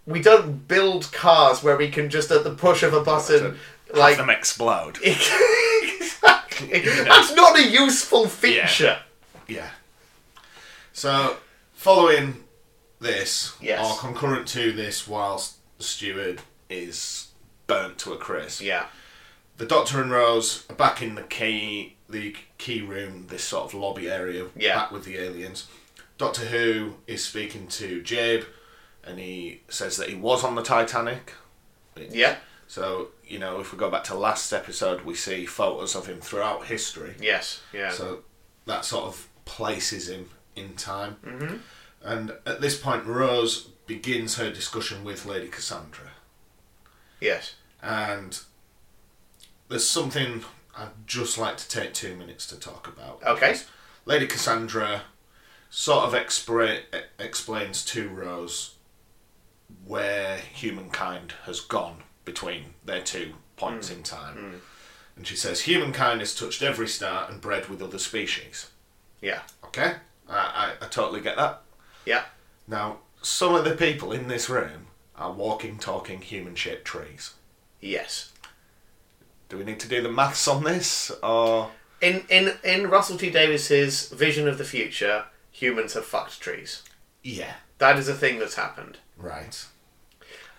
A: we don't build cars where we can just at the push of a button like
C: Like them explode.
A: exactly that's not a useful feature
C: Yeah. So, following this,
A: Yes.
C: or concurrent to this, whilst the steward is burnt to a crisp,
A: yeah
C: the Doctor and Rose are back in the key, the key room, this sort of lobby area,
A: Yeah.
C: back with the aliens. Doctor Who is speaking to Jabe, and he says that he was on the Titanic.
A: yeah
C: So, you know, if we go back to last episode, we see photos of him throughout history.
A: yes yeah
C: So that sort of places him in time. Mm-hmm. And at this point, Rose begins her discussion with Lady Cassandra.
A: yes
C: And there's something I'd just like to take two minutes to talk about.
A: Okay.
C: Because Lady Cassandra sort of expra- e- explains to Rose where humankind has gone between their two points in time. And she says, Humankind has touched every star and bred with other species.
A: yeah
C: Okay? I, I, I totally get that.
A: yeah
C: Now, some of the people in this room are walking, talking, human shaped trees.
A: yes
C: Do we need to do the maths on this? Or
A: in in in Russell T Davis's vision of the future, humans have fucked trees.
D: Yeah.
A: That is a thing that's happened.
D: Right.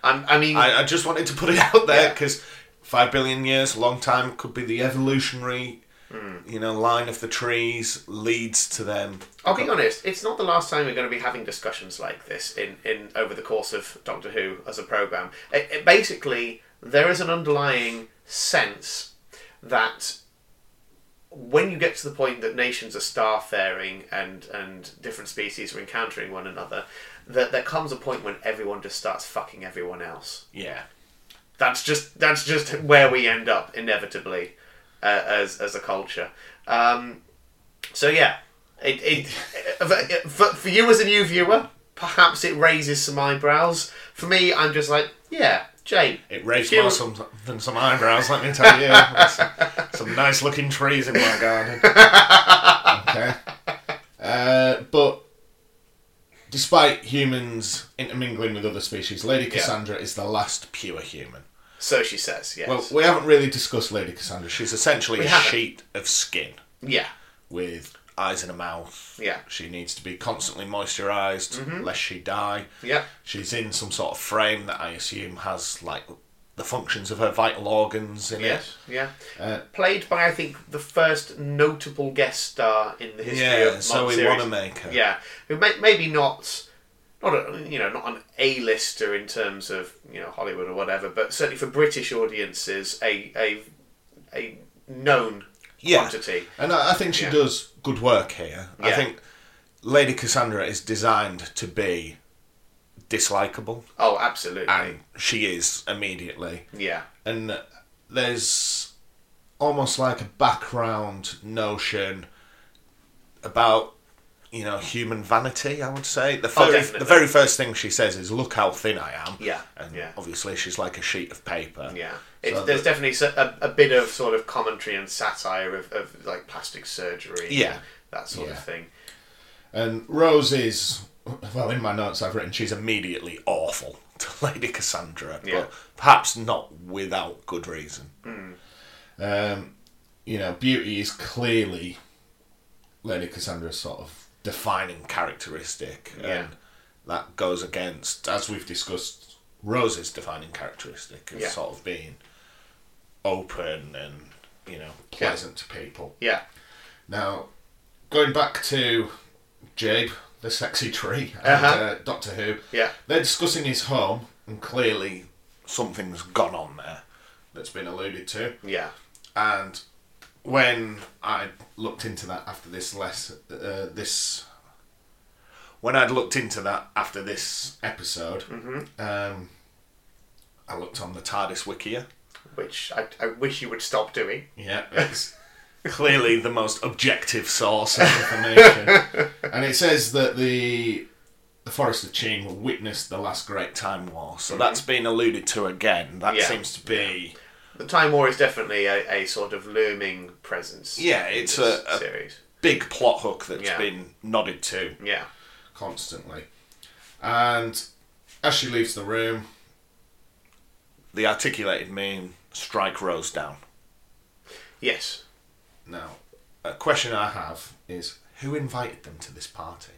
A: And I mean,
C: I, I just wanted to put it out there
A: Yeah.
C: because five billion years, a long time, could be the evolutionary,
D: Hmm.
C: you know, line of the trees leads to them.
A: I'll be honest. It's not the last time we're going to be having discussions like this in, in over the course of Doctor Who as a program. It, it basically, there is an underlying sense that when you get to the point that nations are starfaring and and different species are encountering one another, that there comes a point when everyone just starts fucking everyone else.
C: Yeah,
A: That's just that's just where we end up inevitably uh, as as a culture. Um, so yeah, it, it uh, for, for you as a new viewer, perhaps it raises some eyebrows. For me, I'm just like, yeah, Jane.
C: it raised
A: Human-
C: more some than some eyebrows. Let me tell you, There's some, nice looking trees in my garden.
D: Okay. uh, but despite humans intermingling with other species, Lady Cassandra is the last pure human.
A: So she says, yes.
D: Well, we haven't really discussed Lady Cassandra. She's
C: She's essentially
A: We
C: a
A: haven't.
C: sheet of skin
A: yeah,
D: with
C: eyes and a mouth.
A: yeah, Mm-hmm.
C: She needs to be constantly moisturised, lest she die.
A: yeah,
C: She's in some sort of frame that I assume has like the functions of her vital organs in it.
A: yes, yeah.
D: Uh,
A: Played by I think the first notable guest star in the history
C: Yeah,
A: of
C: so
A: modern
C: we
A: series.
C: want to make her.
A: Yeah, who may, maybe not, not a, you know, not an A-lister in terms of you know Hollywood or whatever, but certainly for British audiences, a a a known
C: Yeah.
A: quantity.
D: and I, I think she
A: Yeah.
D: does.
C: Good work here. I
A: Yeah.
C: think Lady Cassandra is designed to be dislikable,
A: Oh, absolutely.
C: and she is immediately.
A: yeah,
D: And
C: There's almost like a background notion about you know human vanity. I would say the
A: Oh,
C: very the
A: definitely.
C: very first thing she says is, "Look how thin I am."
A: Yeah,
C: and
A: yeah.
C: obviously she's like a sheet of paper.
A: yeah. It's,
C: So
A: there's definitely so- a, a bit of sort of commentary and satire of, of like plastic surgery.
C: Yeah.
A: that sort
D: Yeah.
A: of thing.
D: and Rose is well in my notes. I've written she's
C: she's immediately awful to Lady Cassandra,
A: Yeah. Hmm.
C: but perhaps not without good reason.
D: um, you know beauty is clearly Lady Cassandra's sort of
C: Defining characteristic,
A: Yeah.
C: and that goes against, as we've discussed, Rose's defining characteristic of
A: Yeah.
C: sort of being open and you know
D: pleasant to people.
A: Yeah,
D: Now, going back to Jabe, the sexy tree, and
A: Uh-huh.
D: uh, Doctor Who,
A: yeah,
D: they're discussing his home, and clearly
C: something's gone on there.
D: that's been alluded to.
A: yeah,
D: And when I looked into that after this less uh, this
C: When I'd looked into that after this,
D: episode, um, I looked on the
C: the
D: time.
C: TARDIS Wikia,
A: which I, I wish you would stop doing.
D: Yeah, it's
C: clearly the most objective source.
D: some information, and it says that the the Forest of Ching witnessed the last great.
C: Time War, so that's been alluded to again. That
A: Mm-hmm. Yeah.
C: seems to be.
A: The Time War is definitely a, a sort of looming presence.
C: Yeah,
A: in
C: it's
A: this
C: a- a-
A: series.
C: big plot hook that's
A: Yeah.
C: been nodded to.
A: Yeah.
D: constantly. And as she leaves the room,
C: The articulated meme strike Rose down.
A: Yes.
D: now a question I have is who invited them to this party?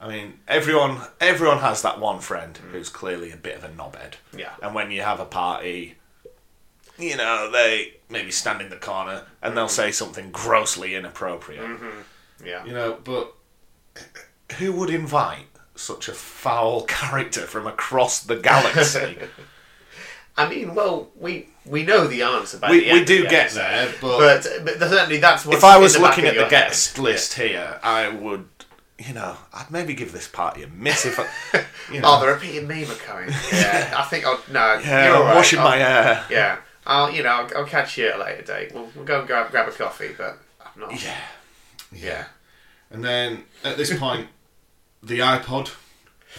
C: I mean, everyone everyone has that one friend who's clearly a bit of a knobhead.
A: Mm. Yeah.
C: And when you have a party, you know they maybe stand in the corner and they'll say something grossly inappropriate.
A: Mm-hmm. Yeah.
D: You know, but
C: Who would invite such a foul character from across the galaxy?
A: Uh, I mean, well, we we know the answer by the
C: we,
A: end.
C: we do
A: yeah.
C: get
D: there,
C: there.
D: but,
A: But, but certainly that's what's
C: If I
A: in
C: was
A: the back
C: looking
A: of
C: at the
A: your head.
C: guest list here, I would, you know, I'd maybe give this party a miss if I. You know,
A: Oh, the repeated meme are coming. Yeah, I think I'll no.
C: Yeah,
A: you're
C: I'm
A: all right.
C: washing
A: I'll-
C: my hair.
A: Yeah, I'll you know I'll, I'll catch you at a later date. We'll, we'll go and grab grab a coffee, but I'm not.
C: Yeah.
A: yeah.
D: and then at this point, the iPod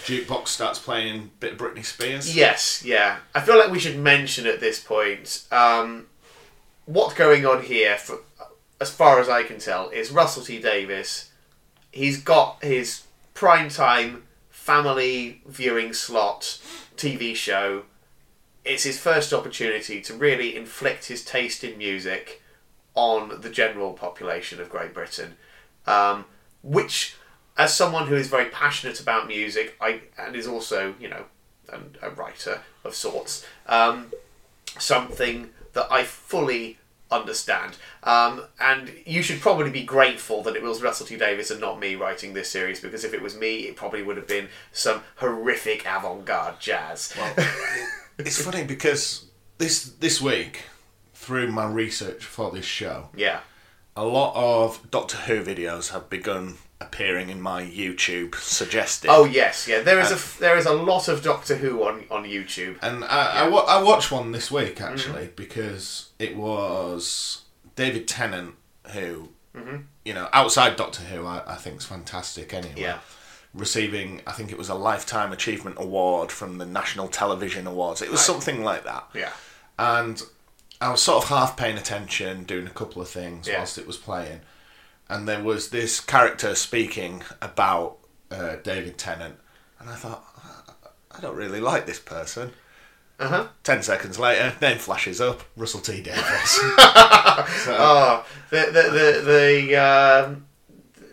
D: jukebox starts playing a bit of Britney Spears.
A: Yes, yeah. I feel like we should mention at this point um, what's going on here. For, as far as I can tell, is Russell T Davis. He's got his prime time family viewing slot TV show. It's his first opportunity to really inflict his taste in music on the general population of Great Britain, um, which, as someone who is very passionate about music, I and is also you know an, a writer of sorts, um, something that I fully understand. Um, and you should probably be grateful that it was Russell T Davis and not me writing this series because if it was me, it probably would have been some horrific avant-garde jazz.
C: It's funny because this this week, through my research for this show,
A: yeah.
G: A lot of Doctor Who videos have begun appearing in my YouTube suggested.
A: Oh yes, yeah. There is a f- there is a lot of Doctor Who on on YouTube.
C: and I I, wa- I watched one this week actually because it was David Tennant who, you know, outside Doctor Who, I, I think is fantastic anyway.
A: Yeah.
C: Receiving, I think it was
G: It was a Lifetime Achievement Award from the National Television Awards. It was something like that.
A: Yeah.
C: and I was sort of half paying attention, doing a couple of things
A: Yeah.
C: whilst it was playing. And there was this character speaking about uh, David Tennant, and I thought, I- I don't really like this person.
A: Uh huh.
C: Ten seconds later, name flashes up Russell T Davis.
A: Oh, the the the, the um,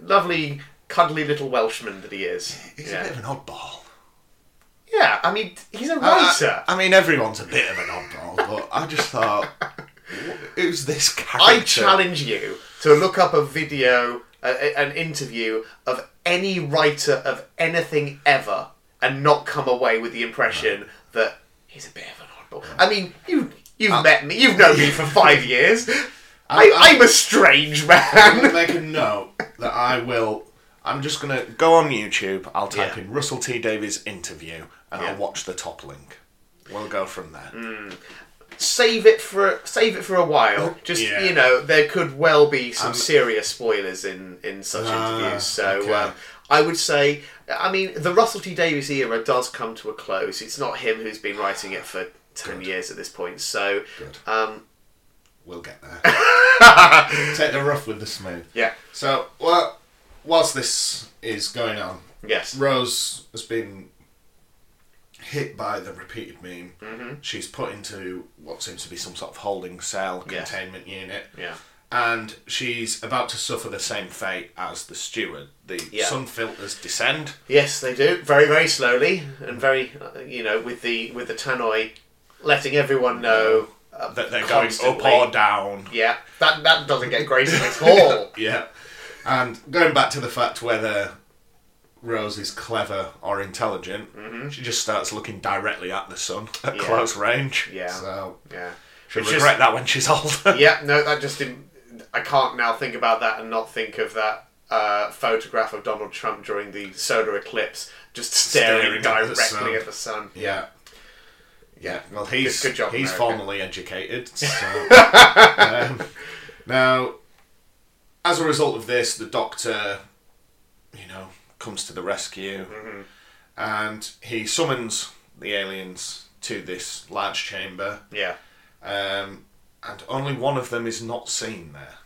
A: lovely cuddly little Welshman that he Uh, is.
C: He's
A: yeah.
C: a bit of an oddball.
A: yeah. I mean, he's a
C: I-
A: writer.
C: I, I mean, everyone's a bit of an oddball, but I just thought, "Wh- who's this character?
A: I challenge you to look up a video, a, a- an interview of any writer of anything ever, and not come away with the impression that he's a bit of an oddball. I mean, you you've met me, you've known me for five years. I,
C: I-
A: I'm a strange
C: I'm gonna
A: man.
C: make a note that I will. I'm just gonna
G: Go on YouTube, I'll type
A: Yeah.
G: in Russell T Davies interview and
A: Yeah. Mm.
G: I'll watch the top link. We'll go from there.
A: save it for save it for a while. Just
C: Oh, Yeah. Um,
A: you know, there could well be some serious spoilers in in such
C: Ah,
A: interviews. So
C: okay.
A: um, I would say, I mean, the Russell T Davies era does come to a close. It's not him who's been writing it for ten years at this point. So um,
C: We'll get there. Take the rough with the smooth.
A: yeah,
C: So, well, whilst this is going on,
A: yes,
C: Rose has been hit by the repeated meme.
A: Mm-hmm.
C: She's put into what seems to be some sort of holding cell
A: Yes.
C: containment unit,
A: yeah,
C: and she's about to suffer the same fate as the steward. The
A: Yeah.
C: sun filters descend.
A: yes, they do very very slowly and very uh, you know with the with the tannoy letting everyone know uh,
C: That they're
A: constantly.
C: going up or down.
A: Yeah, that that doesn't get graceful at all.
C: Yeah. And going back to the fact whether Rose is clever or intelligent, she just starts looking directly at the sun at
A: Mm-hmm. Yeah.
C: close range.
A: Yeah.
C: So
A: Yeah.
C: she'll
A: It's just-
C: regret that when she's older.
A: yeah, no, that just didn't. I can't now think about that and not think of that uh, photograph of Donald Trump during the solar eclipse, just staring,
C: Staring at the
A: directly
C: sun.
A: at the sun.
C: yeah. Yeah. Well, he's
A: Good- good job,
C: he's
A: America.
C: formally educated. So, um, now, as a result of this, the doctor, you know,
G: Comes to the rescue.
A: Mm-hmm.
C: and he summons the aliens to this large chamber.
A: Yeah,
C: Um, and only one of them is not seen there.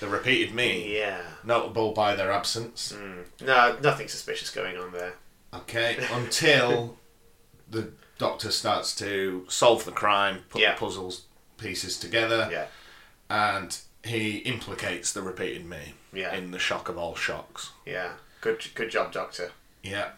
C: The repeated me,
A: yeah.
C: notable by their absence.
A: No, nothing suspicious going on there.
C: Okay, until the doctor starts to solve the crime, put
A: Yeah.
C: the puzzles pieces together,
A: Yeah,
C: and he implicates the repeated me
A: Yeah.
C: in the shock of all shocks.
A: yeah. Good, good job, Doctor.
C: Yeah.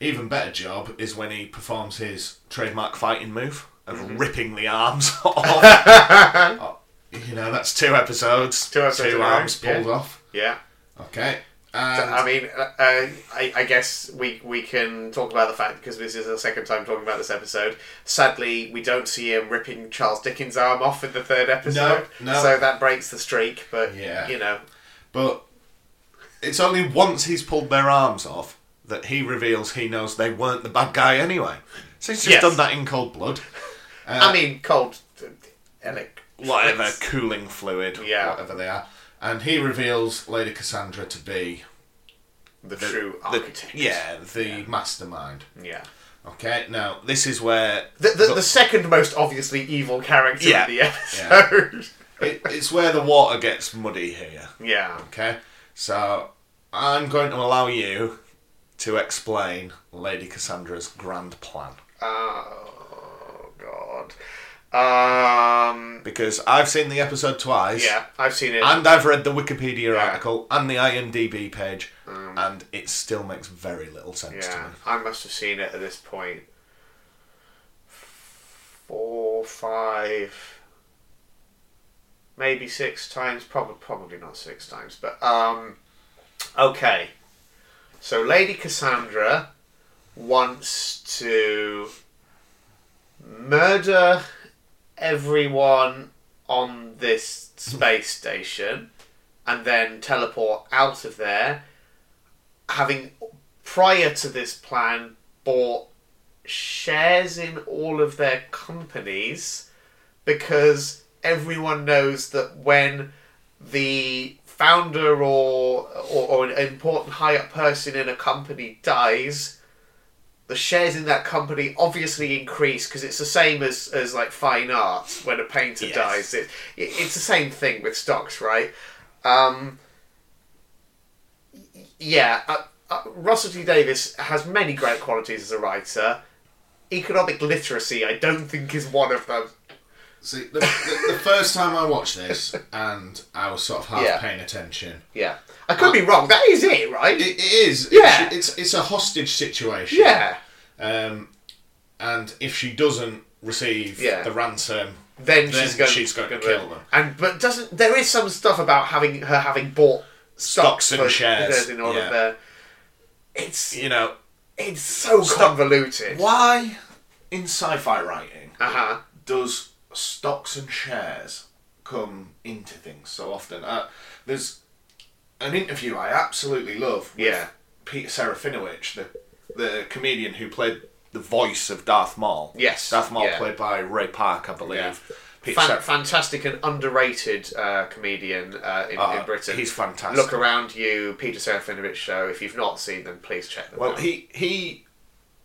C: Even better job is when he performs his trademark fighting move of
A: Mm-hmm.
C: ripping the arms off. you know, that's two episodes.
A: Two episodes in a row,
C: arms
A: yeah.
C: pulled off.
A: Yeah.
C: Okay.
A: So,
C: And
A: I mean, uh, uh, I, I guess we we can talk about the fact because this is the second time talking about this episode. Sadly, we don't see him ripping Charles Dickens' arm off in the third episode,
C: no.
A: so that breaks the streak. But
C: Yeah.
A: you know,
C: but it's only once he's pulled their arms off that he reveals he knows they weren't the bad guy anyway. So he's just
A: Yes.
C: done that in cold blood.
A: I mean, cold, uh, elec-
G: Whatever, cooling fluid.
A: Yeah,
C: Whatever they are. And he reveals Lady Cassandra to be
A: the, true
G: The-
A: architect.
G: yeah.
C: the mastermind.
A: yeah.
C: Okay, now this is where
A: The, the, the second most obviously evil character
G: Yeah.
A: in the episode.
C: it,
G: It's where the water gets muddy here.
A: Yeah.
C: Okay, so I'm going to allow you to explain Lady Cassandra's grand plan
A: Oh God. Um.
C: because I've seen the episode twice.
A: Yeah, I've seen it.
C: And I've read the Wikipedia
A: Yeah. Um,
C: article and the IMDb page, and it still makes very little sense to
A: yeah,
C: me.
A: I must have seen it at this point. Four, five, maybe six times. Probably, probably not six times. But um, okay. So Lady Cassandra wants to murder everyone on this space station and then teleport out of there having prior to this plan bought shares in all of their companies because everyone knows that when the founder or or, or an important high up person in a company dies the shares in that company obviously increase because it's the same as, as like fine art when a painter
C: Yes.
A: dies it, it, it's the same thing with stocks right um, yeah, uh, uh, Russell T Davis has many great qualities as a writer. Economic literacy, I don't think, is one of them.
D: See, the, the, the first time I watched this, and I was sort of half
A: Yeah.
D: paying attention.
A: Yeah, I could be wrong. That is it, right?
D: It, it is.
A: Yeah.
D: It's, it's it's a hostage situation.
A: yeah,
D: Um, and if she doesn't receive
A: Yeah.
D: the ransom,
A: then,
D: Then
A: she's going.
D: she's gonna kill them.
A: And but doesn't there is some stuff about having her having bought stocks,
C: Stocks and
A: for-
C: shares,
A: in order
C: yeah.
A: there. It's
C: You know,
A: it's so convoluted.
C: why in sci fi writing
A: Uh huh.
C: does stocks and shares come into things so often? Uh, there's an interview I absolutely love with
A: Yeah.
C: Peter Serafinovich, the, the comedian who played the voice of Darth Maul.
A: Yes,
C: Darth Maul
A: yeah.
C: played by Ray Park, I believe.
A: Yeah.
C: Peter
A: Fan-
C: Seraf-
A: fantastic and underrated uh, comedian uh, in,
C: Ah,
A: in Britain.
C: he's fantastic.
A: Look around you, Peter Serafinovich show. If you've not seen them, please check them
C: Well,
A: out.
C: he he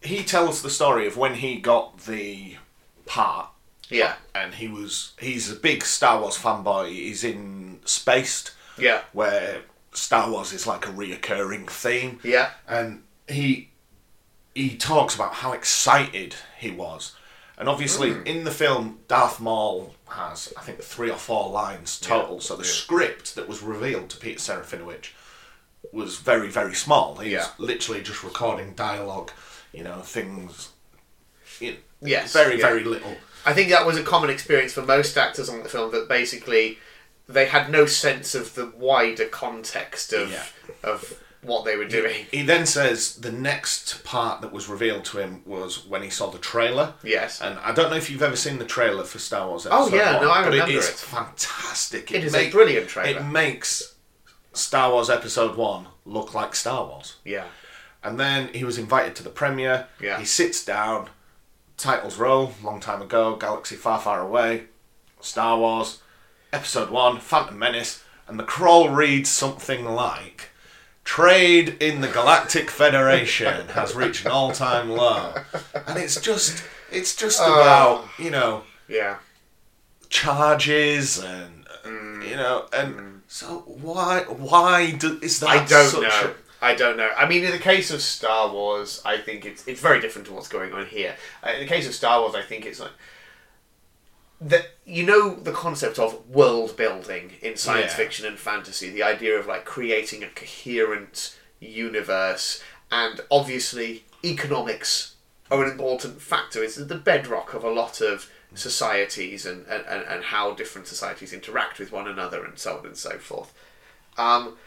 C: he tells the story of when he got the part,
A: yeah,
C: and he was he's a big Star Wars fanboy. He's in Spaced,
A: yeah,
C: where Star Wars is like a reoccurring theme,
A: yeah,
C: and he he talks about how excited he was, and obviously
A: Mm.
C: in the film Darth Maul has I think three or four lines total. So the script that was revealed to Peter Serafinovich was very very small. He
A: Yeah.
C: was literally just recording dialogue, you know, things. You
A: Yes,
C: very
A: yeah.
C: very little.
A: I think that was a common experience for most actors on the film that basically they had no sense of the wider context of
C: Yeah.
A: of what they were doing.
C: He then says the next part that was revealed to him was when he saw the trailer.
A: Yes.
C: And I don't know if you've ever seen the trailer for Star Wars.
A: Oh,
C: Episode
A: yeah,
C: one,
A: no, I
C: but
A: remember
C: It is
A: it.
C: fantastic.
A: It is a brilliant trailer.
C: It makes Star Wars Episode One look like Star Wars.
A: Yeah,
C: And then he was invited to the premiere.
A: Yeah.
C: He sits down. Titles roll. Long time ago. Galaxy far, far away. Star Wars. Episode one. Phantom Menace. And the crawl reads something like, "Trade in the Galactic Federation has reached an all-time low," and it's just, it's just
A: Uh.
C: about you know
A: yeah,
C: charges and uh,
A: Mm.
C: you know and so why why do, is that
A: I don't
C: such
A: know.
C: a-
A: I don't know. I mean, in the case of Star Wars, I think it's it's very different to what's going on here. Uh, In the case of Star Wars, I think it's like that. You know the concept of world building in science
C: Yeah.
A: fiction and fantasy. The idea of like creating a coherent universe, and obviously economics are an important factor. It's the bedrock of a lot of societies and, and, and and how different societies interact with one another and so on and so forth. Um,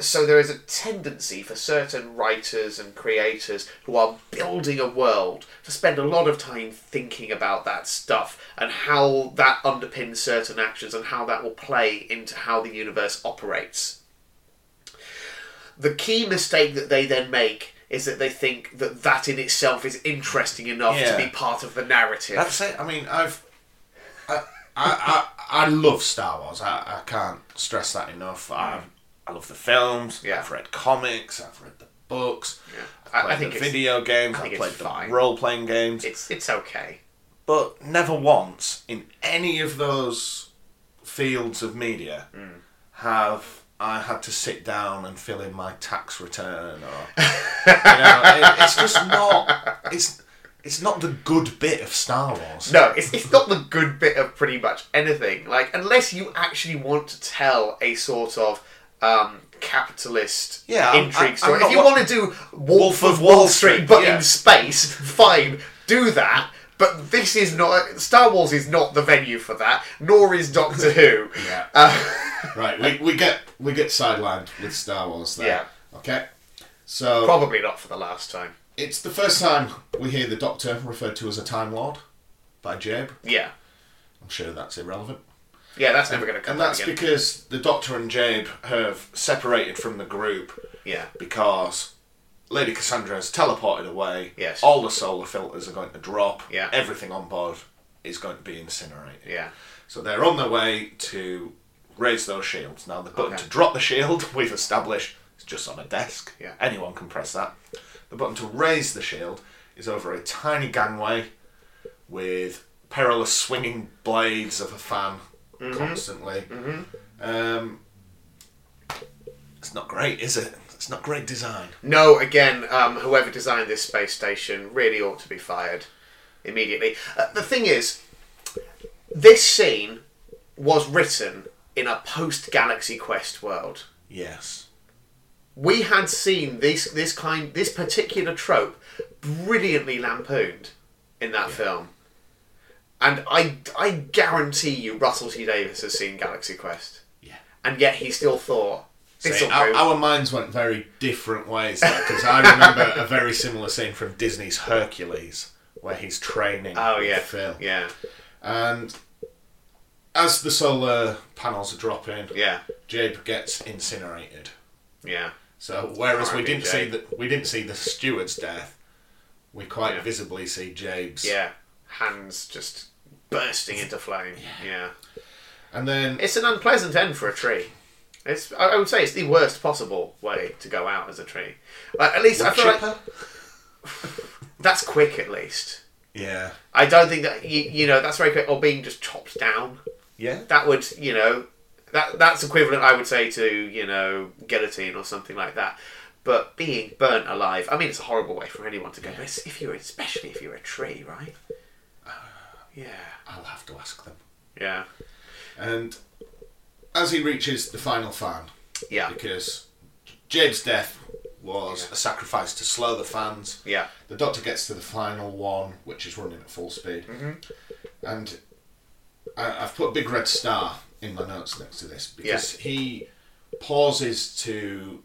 A: so there is a tendency for certain writers and creators who are building a world to spend a lot of time thinking about that stuff and how that underpins certain actions and how that will play into how the universe operates. The key mistake that they then make is that they think that that in itself is interesting enough
C: Yeah.
A: to be part of the narrative.
C: that's it i mean i've
D: I, I, I love Star Wars. I, I can't stress that enough.
C: I've, I love the films.
A: Yeah.
C: I've read comics. I've read the books.
A: Yeah.
C: I've
A: I-
C: played
A: I think
C: the
A: it's-
C: video games.
A: I think
C: I've
A: it's
C: played the
A: fine.
C: role-playing games.
A: it's it's okay.
C: but never once in any of those fields of media
A: Mm.
C: have I had to sit down and fill in my tax return. Or you know, it, it's just not. It's It's not the good bit of Star Wars.
A: No, it's, it's not the good bit of pretty much anything. Like, unless you actually want to tell a sort of um, capitalist
C: Yeah, I'm-
A: intrigue
C: I'm
A: story.
C: not
A: if you
C: wa-
A: want to do Wolf,
C: Wolf
A: of
C: of
A: Wall
C: Wall
A: Street,
C: Street,
A: but
C: yeah.
A: in space, fine, do that. But this is not. Star Wars is not the venue for that, nor is Doctor Who.
D: Yeah.
A: Uh,
D: Right, we, we get we get sidelined with Star Wars there.
A: Yeah.
D: Okay. So
A: probably not for the last time.
D: it's the first time we hear the Doctor referred to as a Time Lord by Jabe.
A: Yeah.
D: I'm sure that's irrelevant.
A: Yeah, that's never going to come
C: And
A: back
C: that's
A: again.
C: because the Doctor and Jabe have separated from the group
A: yeah.
C: because Lady Cassandra has teleported away.
A: Yes.
C: All the solar filters are going to drop.
A: Yeah.
C: Everything on board is going to be incinerated.
A: Yeah.
C: So they're on their way to raise those shields. Now the button
A: Okay.
C: to drop the shield we've established is just on a desk.
A: Yeah.
C: Anyone can press that. The button to raise the shield is over a tiny gangway with perilous swinging blades of a fan
A: Mm-hmm.
C: constantly. Um, it's not great, is it? It's not great design.
A: No, again, um, whoever designed this space station really ought to be fired immediately. Uh, the thing is, this scene was written in a post Galaxy Quest world.
C: Yes.
A: We had seen this this kind this particular trope brilliantly lampooned in that film. And I, I guarantee you Russell T Davis has seen Galaxy Quest.
D: Yeah.
A: And yet he still thought this will
D: our, our minds went very different ways because I remember a very similar scene from Disney's Hercules where he's training
A: Oh
D: with
A: yeah.
D: Phil.
A: Yeah.
D: And as the solar panels are dropping,
A: Yeah.
D: Jabe gets incinerated.
A: Yeah.
D: So whereas we
A: R.I.P.
D: didn't see the we didn't see the steward's death, we quite
A: Yeah.
D: visibly see Jabe's.
A: Yeah, hands just bursting into flame. Yeah,
D: And then
A: it's an unpleasant end for a tree. It's I I would say it's the worst possible way to go out as a tree. Like, at least I feel like
C: Chipper?
A: that's quick. At least
D: yeah,
A: I don't think that you, you know that's very quick. Or being just chopped down.
C: Yeah.
A: That would you know that that's equivalent I would say to you know guillotine or something like that. But being burnt alive, I mean, it's a horrible way for anyone to go. But it's- if you're, especially if you're a tree, right? Yeah.
D: I'll have to ask them.
A: Yeah.
D: And as he reaches the final fan,
A: Yeah.
D: because Jabe's death was a sacrifice to slow the fans.
A: Yeah.
D: The Doctor gets to the final one, which is running at full speed,
A: Mm-hmm.
D: and I, I've put a big red star in my notes next to this because he pauses to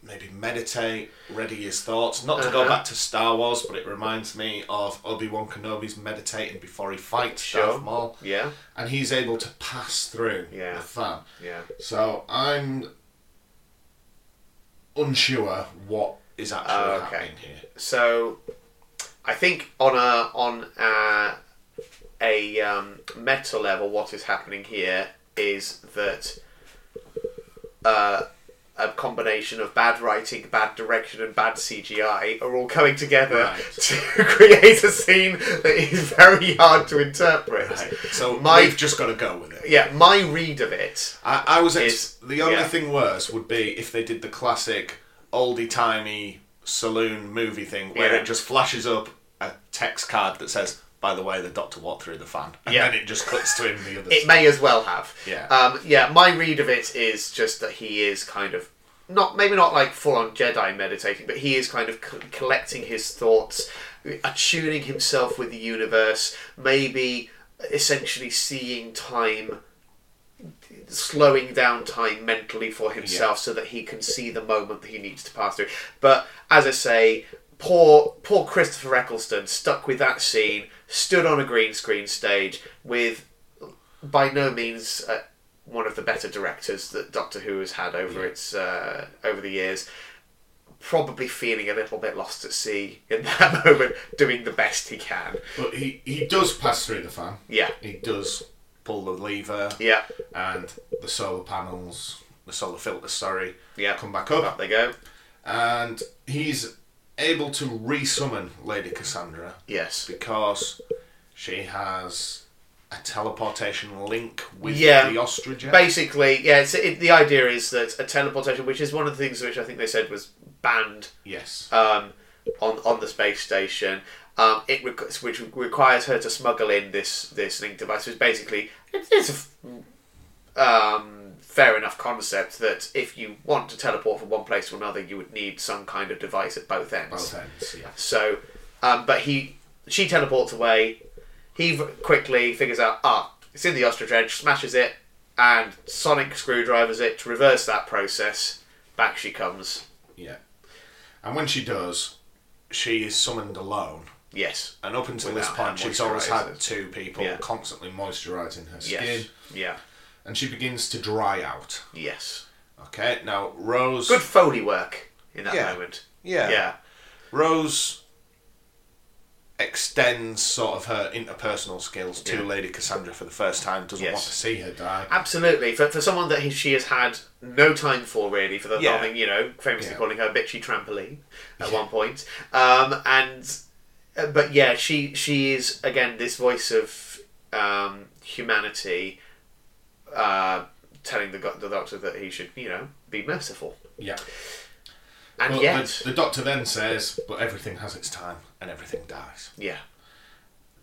C: maybe meditate, ready his thoughts. Not to go
A: Uh-huh.
C: back to Star Wars, but it reminds me of Obi Wan Kenobi's meditating before he fights
A: Sure.
C: Darth Maul,
A: Yeah.
D: and he's able to pass through
A: Yeah.
D: the fan.
A: Yeah.
D: So I'm unsure what
C: is actually
A: Oh, okay.
C: happening here.
A: So, I think on a on a, a um, meta level, what is happening here is that uh, a combination of bad writing, bad direction, and bad CGI are all coming together
D: Right.
A: to create a scene that is very hard to interpret.
C: So
A: My-
C: we've just got to go with it.
A: Yeah, my read of it.
C: I, I was
A: It's-
C: ex- the only
A: yeah.
C: thing worse would be if they did the classic oldie timey saloon movie thing where
A: Yeah.
C: it just flashes up a text card that says, "By the way, the Doctor walked through the fan," and
A: Yeah.
C: then it just cuts to him the other.
A: It may as well have.
C: Yeah.
A: Um, yeah, my read of it is just that he is kind of not maybe not like full on Jedi meditating, but he is kind of c- collecting his thoughts, attuning himself with the universe, maybe essentially seeing time slowing down time mentally for himself so that he can see the moment that he needs to pass through. But as I say, poor poor Christopher Eccleston stuck with that scene, stood on a green screen stage with by no means uh, one of the better directors that Doctor Who has had over its uh, over the years. Probably feeling a little bit lost at sea in that moment, doing the best he can.
D: But he, he does pass through the fan.
A: Yeah,
D: He does,
C: Pull the lever.
A: yeah,
D: and the solar panels
C: the solar filter, sorry,
A: yeah.
D: come back up,
A: Up they go.
D: and he's able to resummon Lady Cassandra
A: Yes.
C: because she has a teleportation link with
A: Yeah.
C: the ostrich.
A: Basically, yeah. It's, it, the idea is that a teleportation, which is one of the things which I think they said was banned
D: Yes.
A: um, on on the space station, um, it requ- which requires her to smuggle in this this link device. Which basically it is a f- um, fair enough concept that if you want to teleport from one place to another, you would need some kind of device at both ends.
C: Both ends, yeah.
A: So, um, but he, she teleports away. He v- quickly figures out, ah, it's in the ostrich edge, smashes it, and sonic screwdrivers it to reverse that process. Back she comes.
C: Yeah. And when she does, she is summoned alone.
A: Yes.
C: And up until
A: Without
C: this point,
A: her
C: she's always
A: moisturiser.
C: had two people
A: Yeah.
C: constantly moisturising her skin.
A: Yes. Yeah.
C: And she begins to dry out.
A: Yes.
C: Okay, now Rose.
A: Good foley work in that
C: Yeah.
A: moment.
C: Yeah.
A: Yeah.
C: Rose extends sort of her interpersonal skills to
A: Yeah.
C: Lady Cassandra for the first time, doesn't
A: Yes.
C: want to see her die.
A: Absolutely. For, for someone that he, she has had no time for, really, for the
H: Yeah.
A: whole thing, you know, famously
C: Yeah.
A: calling her bitchy trampoline at one point. Um, and, uh, but yeah, she, she is, again, this voice of um, humanity uh, telling the, go- the doctor that he should, you know, be merciful.
C: Yeah.
A: And
C: But
A: yet,
C: the, the doctor then says, but everything has its time and everything dies.
A: yeah,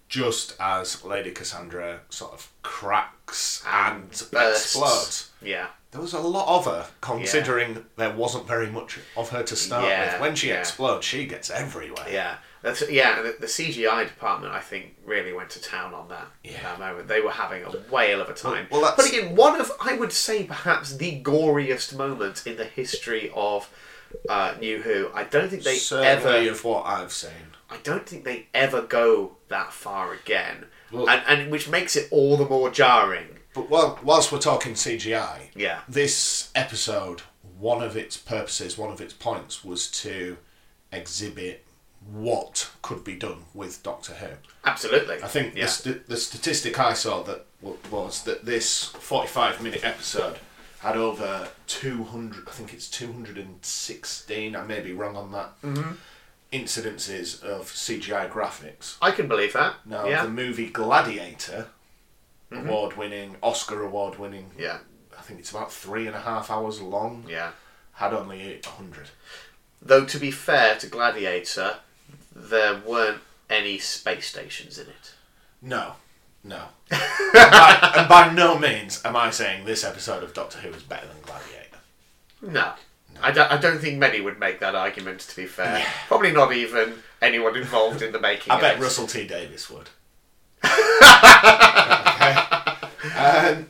C: Just as Lady Cassandra sort of cracks and
A: bursts.
C: explodes.
A: yeah,
C: There was a lot of her, considering there wasn't very much of her to start
A: Yeah,
C: with. When she
A: yeah.
C: explodes, she gets everywhere.
A: yeah. That's, yeah, the, the CGI department, I think, really went to town on that,
C: Yeah.
A: that moment. They were having a whale of a time.
H: Well, well, that's-
A: But again, one of, I would say, perhaps the goriest moment in the history of uh, New Who. I don't think they
C: Certainly
A: ever,
C: of what I've seen.
A: I don't think they ever go that far again.
C: Well-
A: and, and which makes it all the more jarring.
C: But while, whilst we're talking CGI,
A: Yeah.
C: this episode, one of its purposes, one of its points was to exhibit what could be done with Doctor Who.
A: Absolutely.
C: I think
A: yeah.
C: the, st- the statistic I saw that w- was that this 45 minute episode had over 200, I think it's 216, I may be wrong on that, incidences of CGI graphics.
A: I can believe that.
C: Now,
A: yeah. Mm-hmm.
C: the movie Gladiator, award winning, Oscar award winning,
A: Yeah.
C: I think it's about three and a half hours long,
A: Yeah.
C: had only 100.
A: Though to be fair to Gladiator, there weren't any space stations in it.
C: No, no. and, by, and by no means am I saying this episode of Doctor Who is better than Gladiator.
A: No. I don't, I don't think many would make that argument, to be fair. Probably not even anyone involved in the making
C: I
A: of
C: bet
A: it.
C: Russell T Davis would. okay. Um,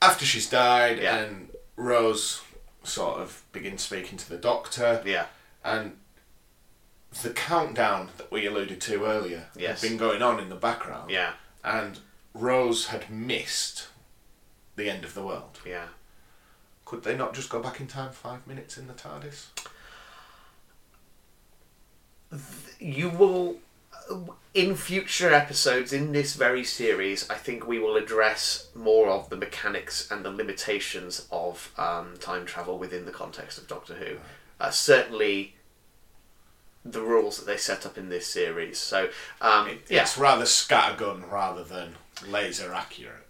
C: after she's died,
A: Yeah.
C: and Rose sort of begins speaking to the doctor,
A: Yeah,
C: and the countdown that we alluded to earlier
A: Yes.
C: had been going on in the background,
A: yeah,
C: and Rose had missed the end of the world.
A: yeah.
C: Could they not just go back in time five minutes in the TARDIS?
A: You will, uh, in future episodes in this very series, I think we will address more of the mechanics and the limitations of um, time travel within the context of Doctor Who. Uh, certainly, the rules that they set up in this series. So, um, yeah.
C: It's rather scattergun rather than laser accurate,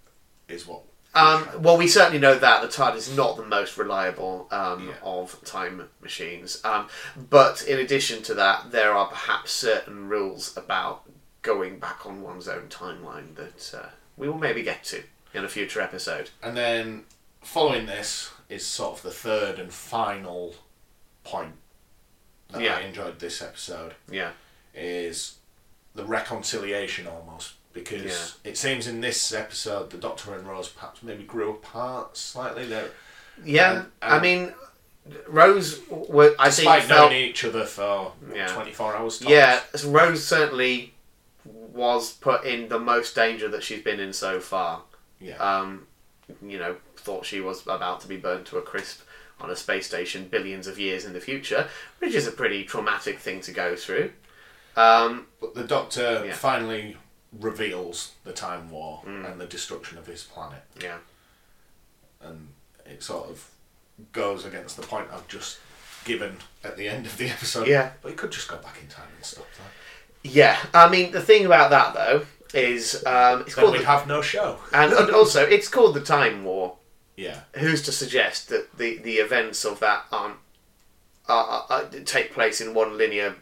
C: is what.
A: Um, well, we certainly know that the TARDIS is not the most reliable um,
C: Yeah.
A: of time machines. Um, but in addition to that, there are perhaps certain rules about going back on one's own timeline that uh, we will maybe get to in a future episode.
C: And then following this is sort of the third and final point that
A: Yeah.
C: I enjoyed this episode
A: Yeah,
C: is the reconciliation almost because it seems in this episode the Doctor and Rose perhaps maybe grew apart slightly. They're
A: yeah.
C: And-
A: I
C: and-
A: mean, Rose. Were, I think
C: despite
A: felt
C: knowing each other for
A: Yeah.
C: twenty four hours. tops.
A: Yeah, Rose certainly was put in the most danger that she's been in so far.
C: Yeah.
A: Um, you know, thought she was about to be burnt to a crisp on a space station billions of years in the future, which is a pretty traumatic thing to go through. Um,
C: But the Doctor
A: Yeah. Mm.
C: finally reveals the Time War and the destruction of his planet,
A: yeah,
C: and it sort of goes against the point I've just given at the end of the episode.
A: Yeah.
C: But he could just go back in time and stop that.
A: yeah. I mean, the thing about that though is um, it's
C: Then
A: called
C: we'd
A: the,
C: have no show.
A: and and also it's called the Time War.
C: Yeah.
A: who's to suggest that the, the events of that aren't are, are, are- take place in one linear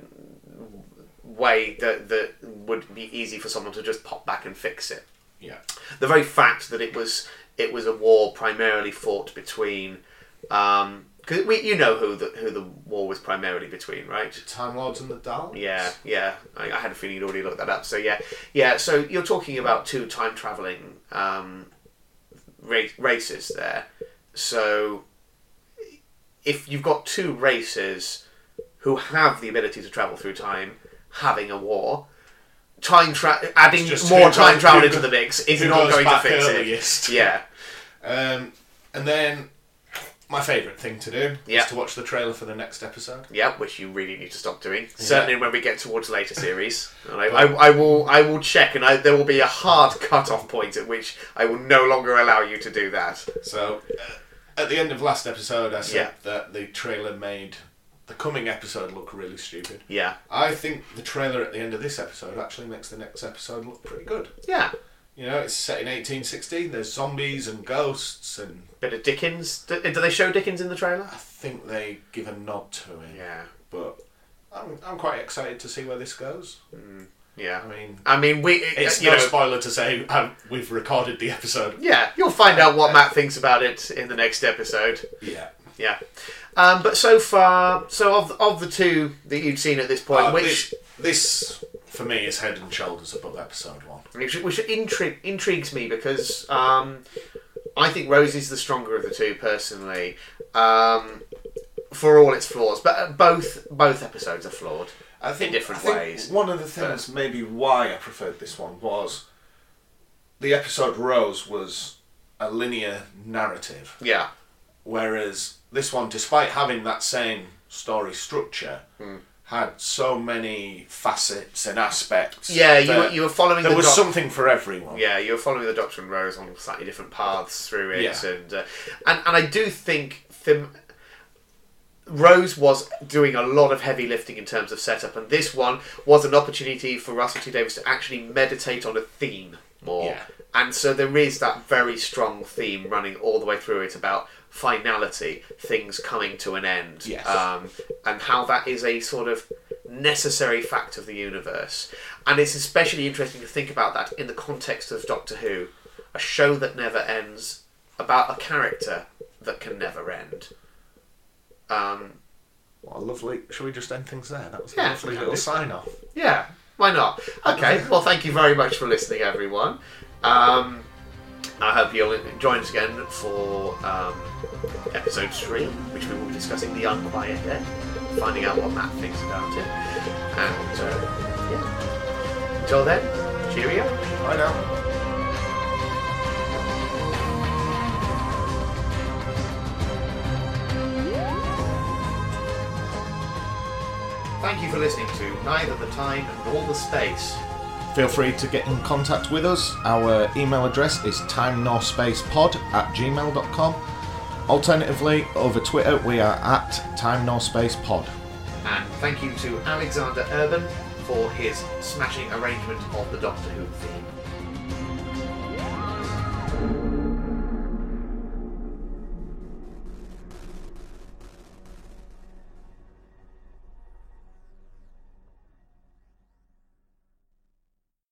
A: way that that would be easy for someone to just pop back and fix it.
I: Yeah.
A: The very fact that it was it was a war primarily fought between. Um, Cause we, you know who the who the war was primarily between, right?
C: Time Lords and the Daleks.
A: Yeah, yeah. I, I had a feeling you'd already looked that up. So yeah, yeah. So you're talking about two time traveling um, ra- races there. So if you've got two races who have the ability to travel through time, having a war, time tra- adding
C: It's just
A: more
C: who
A: time
C: goes-
A: travel
C: who
A: into
C: go-
A: the mix is
C: who
A: not
C: goes
A: going to
C: back
A: fix
C: earliest.
A: it. Yeah,
C: Um, and then my favourite thing to do
A: Yeah.
C: is to watch the trailer for the next episode.
A: yeah. Which you really need to stop doing. Certainly when we get towards later series, and I, I, I will I will check, and I, there will be a hard cut off point at which I will no longer allow you to do that.
C: So uh, at the end of last episode, I said
A: Yeah.
C: that the trailer made the coming episode look really stupid.
A: Yeah,
C: I think the trailer at the end of this episode actually makes the next episode look pretty good.
A: yeah.
C: You know, it's set in 1816. There's zombies and ghosts, and
A: Bit of Dickens. Do, do they show Dickens in the trailer?
C: I think they give a nod to it.
A: Yeah,
C: But I'm, I'm quite excited to see where this goes.
A: yeah.
C: I mean,
A: I mean, we. uh,
C: it's
A: you
C: no
A: know,
C: spoiler to say um, we've recorded the episode.
A: yeah, you'll find out what Matt thinks about it in the next episode.
C: Yeah.
A: Yeah, um, but so far, so of of the two that you've seen at this point,
C: Uh,
A: which
C: this, this, for me, is head and shoulders above episode one.
A: which, which intri- intrigues me because um, I think Rose is the stronger of the two personally, um, for all its flaws. But uh, both both episodes are flawed.
C: I think,
A: different
C: I think
A: ways,
C: One of the things, maybe why I preferred this one, was the episode Rose was a linear narrative,
A: Yeah,
C: whereas this one, despite having that same story structure,
A: Hmm.
C: had so many facets and aspects.
A: yeah. You were,
C: that
A: you were following.
C: there
A: the
C: was
A: doc-
C: something for everyone.
A: Yeah, you're following the Doctor and Rose on slightly different paths through it,
C: Yeah.
A: and, uh, and and I do think Thim- Rose was doing a lot of heavy lifting in terms of setup, and this one was an opportunity for Russell T Davis to actually meditate on a theme more.
C: Yeah.
A: And so there is that very strong theme running all the way through it about finality, things coming to an end,
C: Yes.
A: um, and how that is a sort of necessary fact of the universe. And it's especially interesting to think about that in the context of Doctor Who, a show that never ends, about a character that can never end. Um,
C: What a lovely. Shall we just end things there? That was
A: Yeah,
C: a lovely
A: we can
C: little
A: do.
C: sign off.
A: yeah, why not? Okay, well, thank you very much for listening, everyone. Um, I hope you'll join us again for um, episode three, which we will be discussing the Unquiet Dead, finding out what Matt thinks about it. And uh, yeah, until then, cheerio.
C: Bye now.
A: Thank you for listening to Neither the Time nor the Space.
J: Feel free to get in contact with us. Our email address is timenorspacepod at gmail.com. Alternatively, over Twitter, we are at timenorspacepod.
A: And thank you to Alexander Urban for his smashing arrangement of the Doctor Who theme.